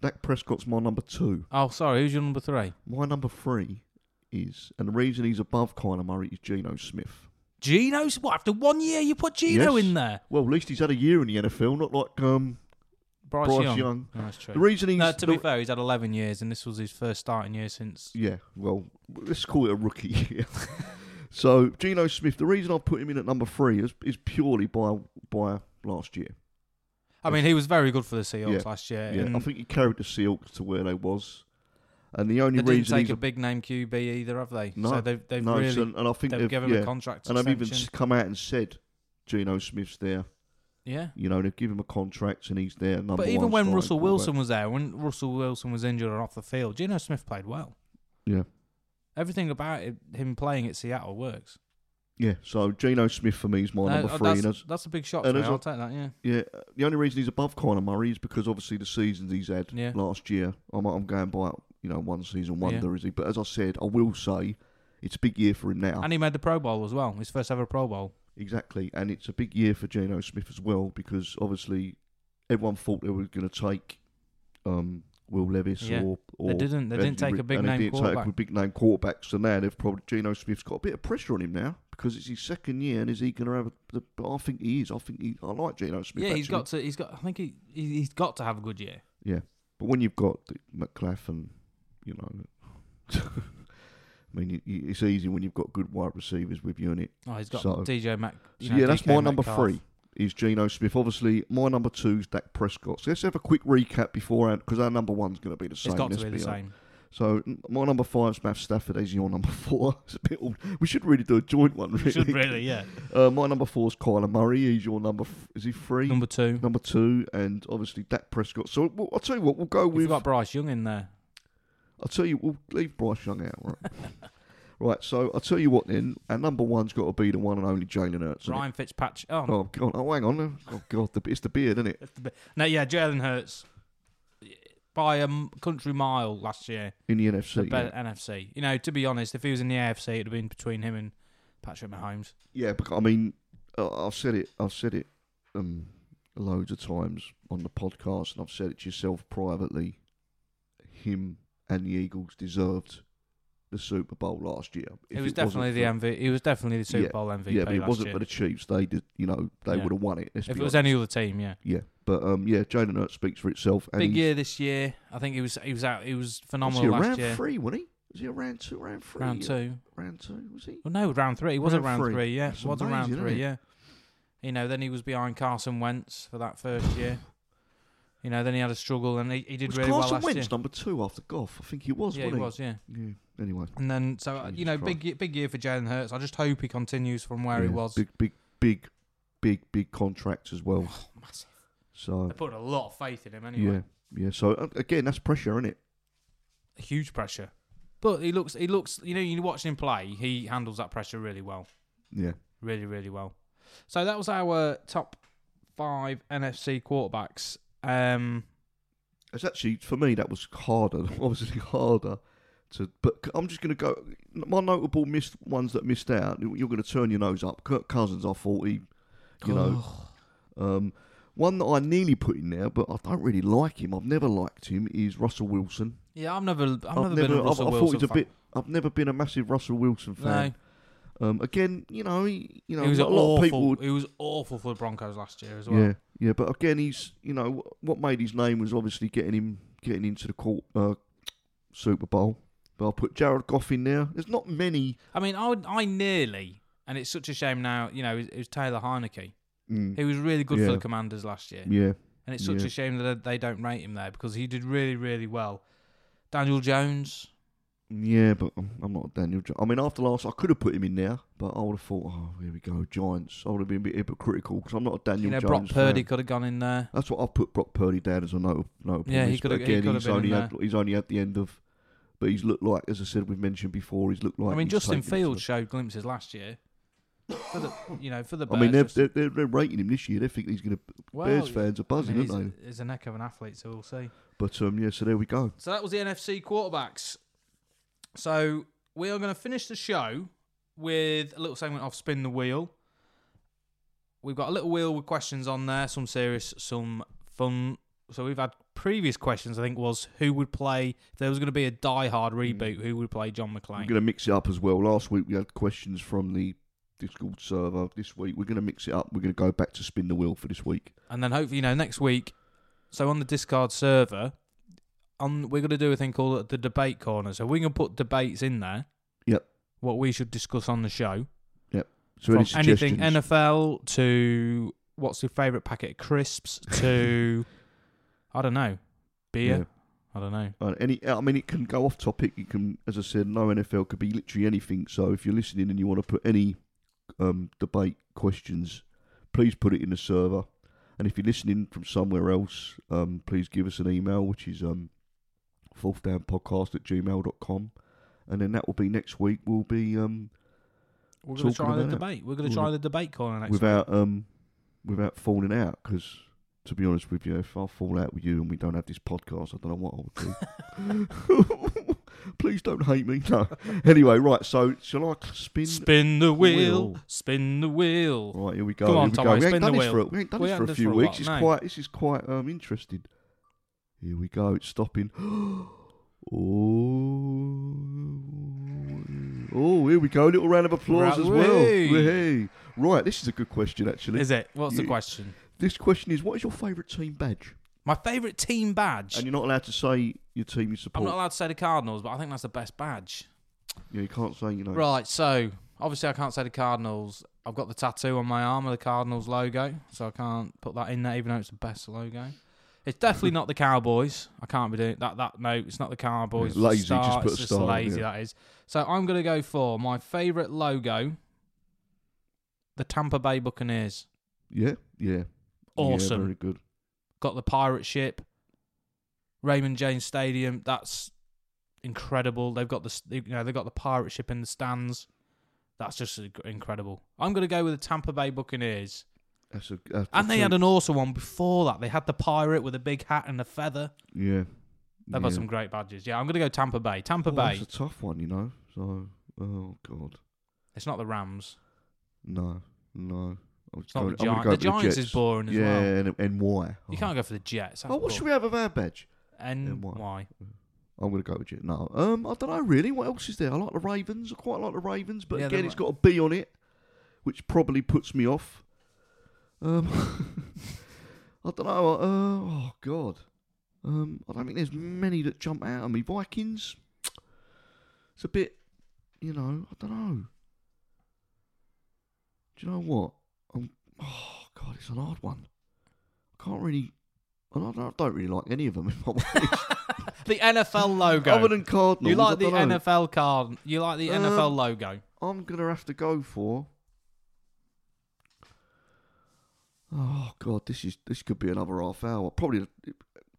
B: Dak Prescott's my number two.
A: Oh, sorry. Who's your number three?
B: My number three is, and the reason he's above Kyler Murray is Geno Smith.
A: Gino's. What after one year you put Gino
B: Yes.
A: in there?
B: Well, at least he's had a year in the NFL, not like um.
A: Bryce,
B: Bryce
A: Young.
B: Young.
A: No, that's true.
B: The reason he's
A: no, to be
B: the-
A: fair, he's had 11 years, and this was his first starting year since.
B: Yeah, well, let's call it a rookie. so Geno Smith, the reason I put him in at number three is, is purely by by last year.
A: I mean, he was very good for the Seahawks
B: Yeah.
A: last year.
B: Yeah,
A: and
B: I think he carried the Seahawks to where they was, and the only
A: they didn't
B: reason
A: take
B: he's
A: a big name QB either, have they?
B: No.
A: so they've they've
B: no,
A: really
B: so- and I think
A: They've
B: they've,
A: given
B: yeah,
A: him a contract
B: and I've even
A: extension.
B: s- come out and said Geno Smith's there.
A: yeah.
B: You know, they've given him a contract and he's there. Number
A: But
B: one
A: even when
B: starting
A: Russell
B: quarterback.
A: Wilson was there, when Russell Wilson was injured and off the field, Geno Smith played well.
B: Yeah.
A: Everything about it, him playing at Seattle works.
B: yeah, so Geno Smith for me is my
A: No,
B: number
A: uh,
B: three. And
A: that's,
B: as-
A: that's a big shot.
B: and
A: for me.
B: as
A: I'll
B: a-
A: take that. Yeah.
B: yeah, the only reason he's above Conor Murray is because obviously the seasons he's had
A: Yeah.
B: last year. I'm, I'm going by you know one season wonder
A: Yeah.
B: is he? But as I said, I will say it's a big year for him now.
A: And he made the Pro Bowl as well. His first ever Pro Bowl.
B: Exactly, and it's a big year for Geno Smith as well because obviously everyone thought they were going to take um, Will Levis
A: Yeah,
B: or, or
A: They didn't. They
B: and
A: didn't
B: he
A: take
B: re-
A: a big
B: and
A: name
B: They didn't
A: quarterback.
B: take a big name quarterback, so now they've probably Geno Smith's got a bit of pressure on him now because it's his second year, and is he going to have? A, the, but I think he is. I think he, I like Geno Smith.
A: Yeah, he's
B: actually.
A: got to. He's got. I think he he- he's got to have a good year.
B: But when you've got the McLaughlin, you know, I mean, it- it's easy when you've got good wide receivers with you in it.
A: Oh, he's got
B: So-
A: DJ Mac. you
B: So
A: know,
B: yeah, that's
A: DK
B: my number
A: Metcalf.
B: three is Geno Smith. Obviously, my number two is Dak Prescott. So let's have a quick recap before because our number one's going to be the same.
A: It's got to
B: let's
A: be the
B: honest.
A: same.
B: So n- my number five is Matt Stafford. He's your number four. It's a bit. Old. We should really do a joint one. Really.
A: Should really, yeah.
B: Uh, my number four is Kyler Murray. He's your number. F- is he three?
A: Number two.
B: Number two, and obviously Dak Prescott. So well, I'll tell you what. We'll go
A: We've
B: with.
A: got Bryce Young in there.
B: I'll tell you, we'll leave Bryce Young out, right? right, so I'll tell you what then. Our number one's got to be the one and only Jalen Hurts. isn't it?
A: Ryan Fitzpatrick. Oh, no.
B: Oh, God. oh, hang on. Oh, God. The, it's the beard, isn't it?
A: No, yeah, Jalen Hurts. by a m- country mile last year.
B: in the
A: The
B: NFC. yeah.
A: be- NFC. You know, to be honest, if he was in the AFC, it'd have been between him and Patrick Mahomes.
B: Yeah, because I mean, I- I've said it. I've said it um, loads of times on the podcast, and I've said it to yourself privately. Him and the Eagles deserved the Super Bowl last year.
A: It
B: If
A: was
B: wasn't
A: definitely the
B: for-
A: MVP. He was definitely the Super
B: Yeah.
A: Bowl MVP
B: Yeah, but it
A: last
B: wasn't
A: year.
B: for the Chiefs. They did, you know, they
A: Yeah.
B: would have won it. Let's
A: if
B: be
A: it was
B: honest.
A: any other team, yeah.
B: yeah, but um, yeah, Jalen Hurts speaks for itself. And
A: Big
B: he's-
A: year this year. I think he was he was out. He was
B: was he
A: phenomenal
B: a
A: last
B: round
A: year.
B: three? Wasn't he? Was he a round two? Round three?
A: round
B: yeah.
A: two.
B: Round two? Was he?
A: Well, no, round three. He was
B: Round
A: a round
B: three.
A: three. yeah,
B: That's
A: it was a round
B: amazing,
A: three.
B: isn't it?
A: Yeah. You know, then he was behind Carson Wentz for that first year. You know, then he had a struggle and he, he did
B: was
A: really
B: Carson
A: well last
B: Wentz
A: year.
B: number two after Goff? I think he was.
A: yeah, he
B: wasn't
A: was. Yeah.
B: Yeah. Anyway.
A: And then, so uh, you
B: Jesus
A: know,
B: Christ.
A: big ye- big year for Jalen Hurts. I just hope he continues from where he
B: Yeah,
A: was.
B: Big, big, big, big, big contracts as well.
A: Oh, massive.
B: So
A: They put a lot of faith in him anyway.
B: yeah, yeah. So uh, again, that's pressure, isn't it?
A: Huge pressure. But he looks, he looks. You know, you watch him play. He handles that pressure really well.
B: Yeah,
A: really, really well. So that was our top five NFC quarterbacks. Um,
B: it's actually for me that was harder, obviously harder. To but c- I'm just going to go. My notable missed ones that missed out. you- You're going to turn your nose up. Kirk Cousins, I thought he, you know,
A: oh,
B: um, one that I nearly put in there, but I don't really like him. I've never liked him. Is Russell Wilson.
A: yeah, I've never, I've,
B: I've
A: never, been a
B: I've,
A: Russell
B: I thought
A: Wilson
B: he's a
A: fan.
B: bit. I've never been a massive Russell Wilson fan.
A: No,
B: Um, again, you know, he, you know,
A: he was
B: a lot of people
A: awful. He was awful for the Broncos last year as well.
B: Yeah, yeah, but again, he's you know wh- what made his name was obviously getting him getting into the court, uh, Super Bowl. But I'll put Jared Goff in there. There's not many.
A: I mean, I, would, I nearly, and it's such a shame now. You know, it was, it was Taylor Heineke.
B: Mm,
A: He was really good for
B: Yeah.
A: the Commanders last year,
B: yeah,
A: and it's such
B: yeah.
A: a shame that they don't rate him there because he did really, really well. Daniel Jones,
B: yeah, but I'm, I'm not a Daniel. Jo- I mean, after last, I could have put him in there, but I would have thought, oh, here we go, Giants. I would have been a bit hypocritical because I'm not a Daniel
A: you know,
B: Jones
A: Brock Purdy
B: fan.
A: could have gone in there.
B: That's what I've put Brock Purdy down as a no. no
A: Yeah, he
B: but
A: coulda- he
B: again,
A: coulda
B: he's
A: been in
B: only had he's only at the end of. But he's looked like, as I said, we've mentioned before, he's looked like.
A: I mean,
B: he's
A: Justin
B: taken it to the
A: Fields showed glimpses last year. For the, you know, for the
B: I
A: Bears.
B: mean, they're,
A: just-
B: they're, they're, they're rating him this year. They think he's going to.
A: well,
B: Bears fans
A: I
B: are buzzing,
A: mean, he's,
B: aren't they?
A: he's a neck of an athlete, so we'll see.
B: But um, yeah, so there we go.
A: So that was the NFC quarterbacks. So we are going to finish the show with a little segment of Spin the Wheel. We've got a little wheel with questions on there, some serious, some fun. So we've had previous questions, I think, was who would play, if there was going to be a die-hard
B: Hmm.
A: reboot, who would play John
B: We're
A: McClane?
B: going to mix it up as well. Last week we had questions from the Discord server. This week we're going to mix it up. We're going to go back to spin the wheel for this week.
A: and then hopefully you know next week so on the discard server on we're going to do a thing called the debate corner so we can put debates in there
B: Yep.
A: what we should discuss on the show
B: So any
A: from anything
B: suggestions?
A: nfl to what's your favorite packet of crisps to i don't know beer
B: Yeah.
A: i don't know
B: Uh, any, I mean, it can go off topic. You can, as I said, no NFL could be literally anything. So if you're listening and you want to put any um, debate questions, please put it in the server. And if you're listening from somewhere else, um, please give us an email, which is um, fourthdownpodcast at gmail.com. And then that will be next week. We'll be um,
A: we're going to
B: Talking
A: try the
B: about it.
A: debate we're going to
B: We're
A: try
B: gonna-
A: the debate corner next week
B: without um, without falling out. Because to be honest with you, if I fall out with you and we don't have this podcast, I don't know what I'll do. Please don't hate me. No. Anyway, right. So shall I cl- spin?
A: spin the wheel,
B: wheel.
A: spin the wheel
B: Right. Here we go.
A: Come on,
B: here we
A: Tomo,
B: go. we
A: spin
B: ain't done
A: the
B: this for
A: wheel.
B: a, we ain't done
A: We
B: this
A: ain't
B: for a
A: done
B: few
A: for a
B: weeks.
A: lot,
B: it's
A: no.
B: quite. This is quite um, interesting. Here we go. It's stopping. oh. Oh, here we go. A little round of
A: Right,
B: applause as well.
A: whey.
B: Whey. Right. This is a good question actually.
A: is it what's the
B: You-
A: question
B: This question is: What is your favourite team badge?
A: my favorite team badge
B: And you're not allowed to say your team you
A: i'm
B: support.
A: not allowed to say the cardinals but i think that's the best badge
B: yeah, you can't say you know.
A: Right, so obviously I can't say the Cardinals. I've got the tattoo on my arm of the Cardinals logo, so I can't put that in there, even though it's the best logo. It's definitely not the Cowboys. I can't be doing that. That no, it's not the Cowboys.
B: Yeah,
A: It's the
B: lazy, just
A: star.
B: put
A: It's
B: a
A: just
B: star on,
A: lazy
B: yeah.
A: that is. So I'm gonna go for my favorite logo, the Tampa Bay Buccaneers.
B: Yeah. Yeah.
A: Awesome.
B: Yeah, very good.
A: Got the pirate ship, Raymond James Stadium. That's incredible. They've got the s- you know they've got the pirate ship in the stands. That's just inc- incredible. I'm gonna go with the Tampa Bay Buccaneers,
B: That's a that's
A: and
B: a
A: they
B: two-
A: had an awesome one before that. They had the pirate with a big hat and a feather.
B: yeah
A: They've got some great badges. Yeah, I'm going to go Tampa Bay. Tampa
B: Well,
A: Bay.
B: That's a tough one, you know. So, oh god,
A: It's not the Rams.
B: no, no. I'm
A: It's not
B: going,
A: the Giants. The
B: Go with
A: Giants
B: Jets.
A: is boring as
B: yeah, Oh.
A: well.
B: and, and why?
A: You can't go for the Jets.
B: Oh, what should we have of our badge?
A: And
B: why?
A: why?
B: I'm gonna go with Jet. No, um, I don't know really. What else is there? I like the Ravens. I quite like the Ravens, but
A: Yeah,
B: again,
A: they're
B: it's
A: right.
B: got a B on it, which probably puts me off. Um, I don't know. Uh, oh God, um, I don't think there's many that jump out at me. Vikings. It's a bit, you know. I don't know. Do you know what? I'm, oh God, it's an hard one. I can't really. I don't, I don't really like any of them. If I'm honest.
A: The NFL logo.
B: Other than Cardinals,
A: you like
B: I
A: the
B: dunno.
A: NFL card. You like the
B: Um,
A: NFL logo.
B: I'm gonna have to go for. Oh God, this is this could be another half hour. Probably,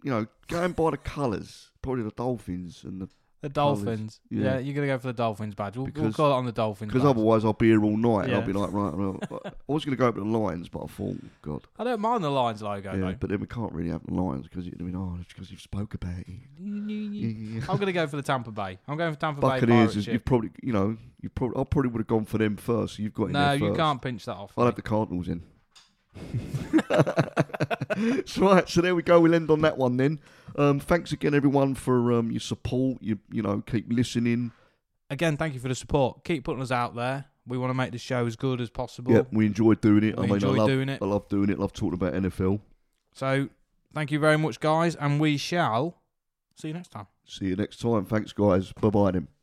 B: you know, going by the colours, probably the Dolphins and the
A: The
B: colours,
A: Dolphins.
B: yeah.
A: Yeah. you're going to go for the Dolphins badge. We'll, we'll
B: Because-
A: call it on the Dolphins
B: because
A: badge.
B: otherwise I'll be here all night and I'll
A: Yeah.
B: be like right. Well, I I was gonna go up to the Lions, but I thought God,
A: I don't mind the Lions logo,
B: yeah,
A: though.
B: but then we can't really have the Lions because it'd been oh, it's because you've spoke about it. Yeah.
A: I'm going to go for the Tampa Bay. I'm going for Tampa Bay
B: Buccaneers
A: Pirates.
B: is you
A: ship.
B: probably you know you probably I probably would have gone for them first. So you've got in
A: No,
B: there
A: you
B: first.
A: can't pinch that off.
B: I'll have the Cardinals in. so, right, so there we go. We'll end on that one then. Um, thanks again, everyone, for um, your support. You you know, keep listening.
A: Again, thank you for the support. Keep putting us out there. We want to make the show as good as possible.
B: yeah, we enjoy doing it.
A: We
B: I mean,
A: enjoy
B: I love
A: doing it.
B: I love doing it. Love talking about NFL.
A: So, thank you very much, guys, and we shall see you next time.
B: See you next time. Thanks, guys. Bye bye. Then.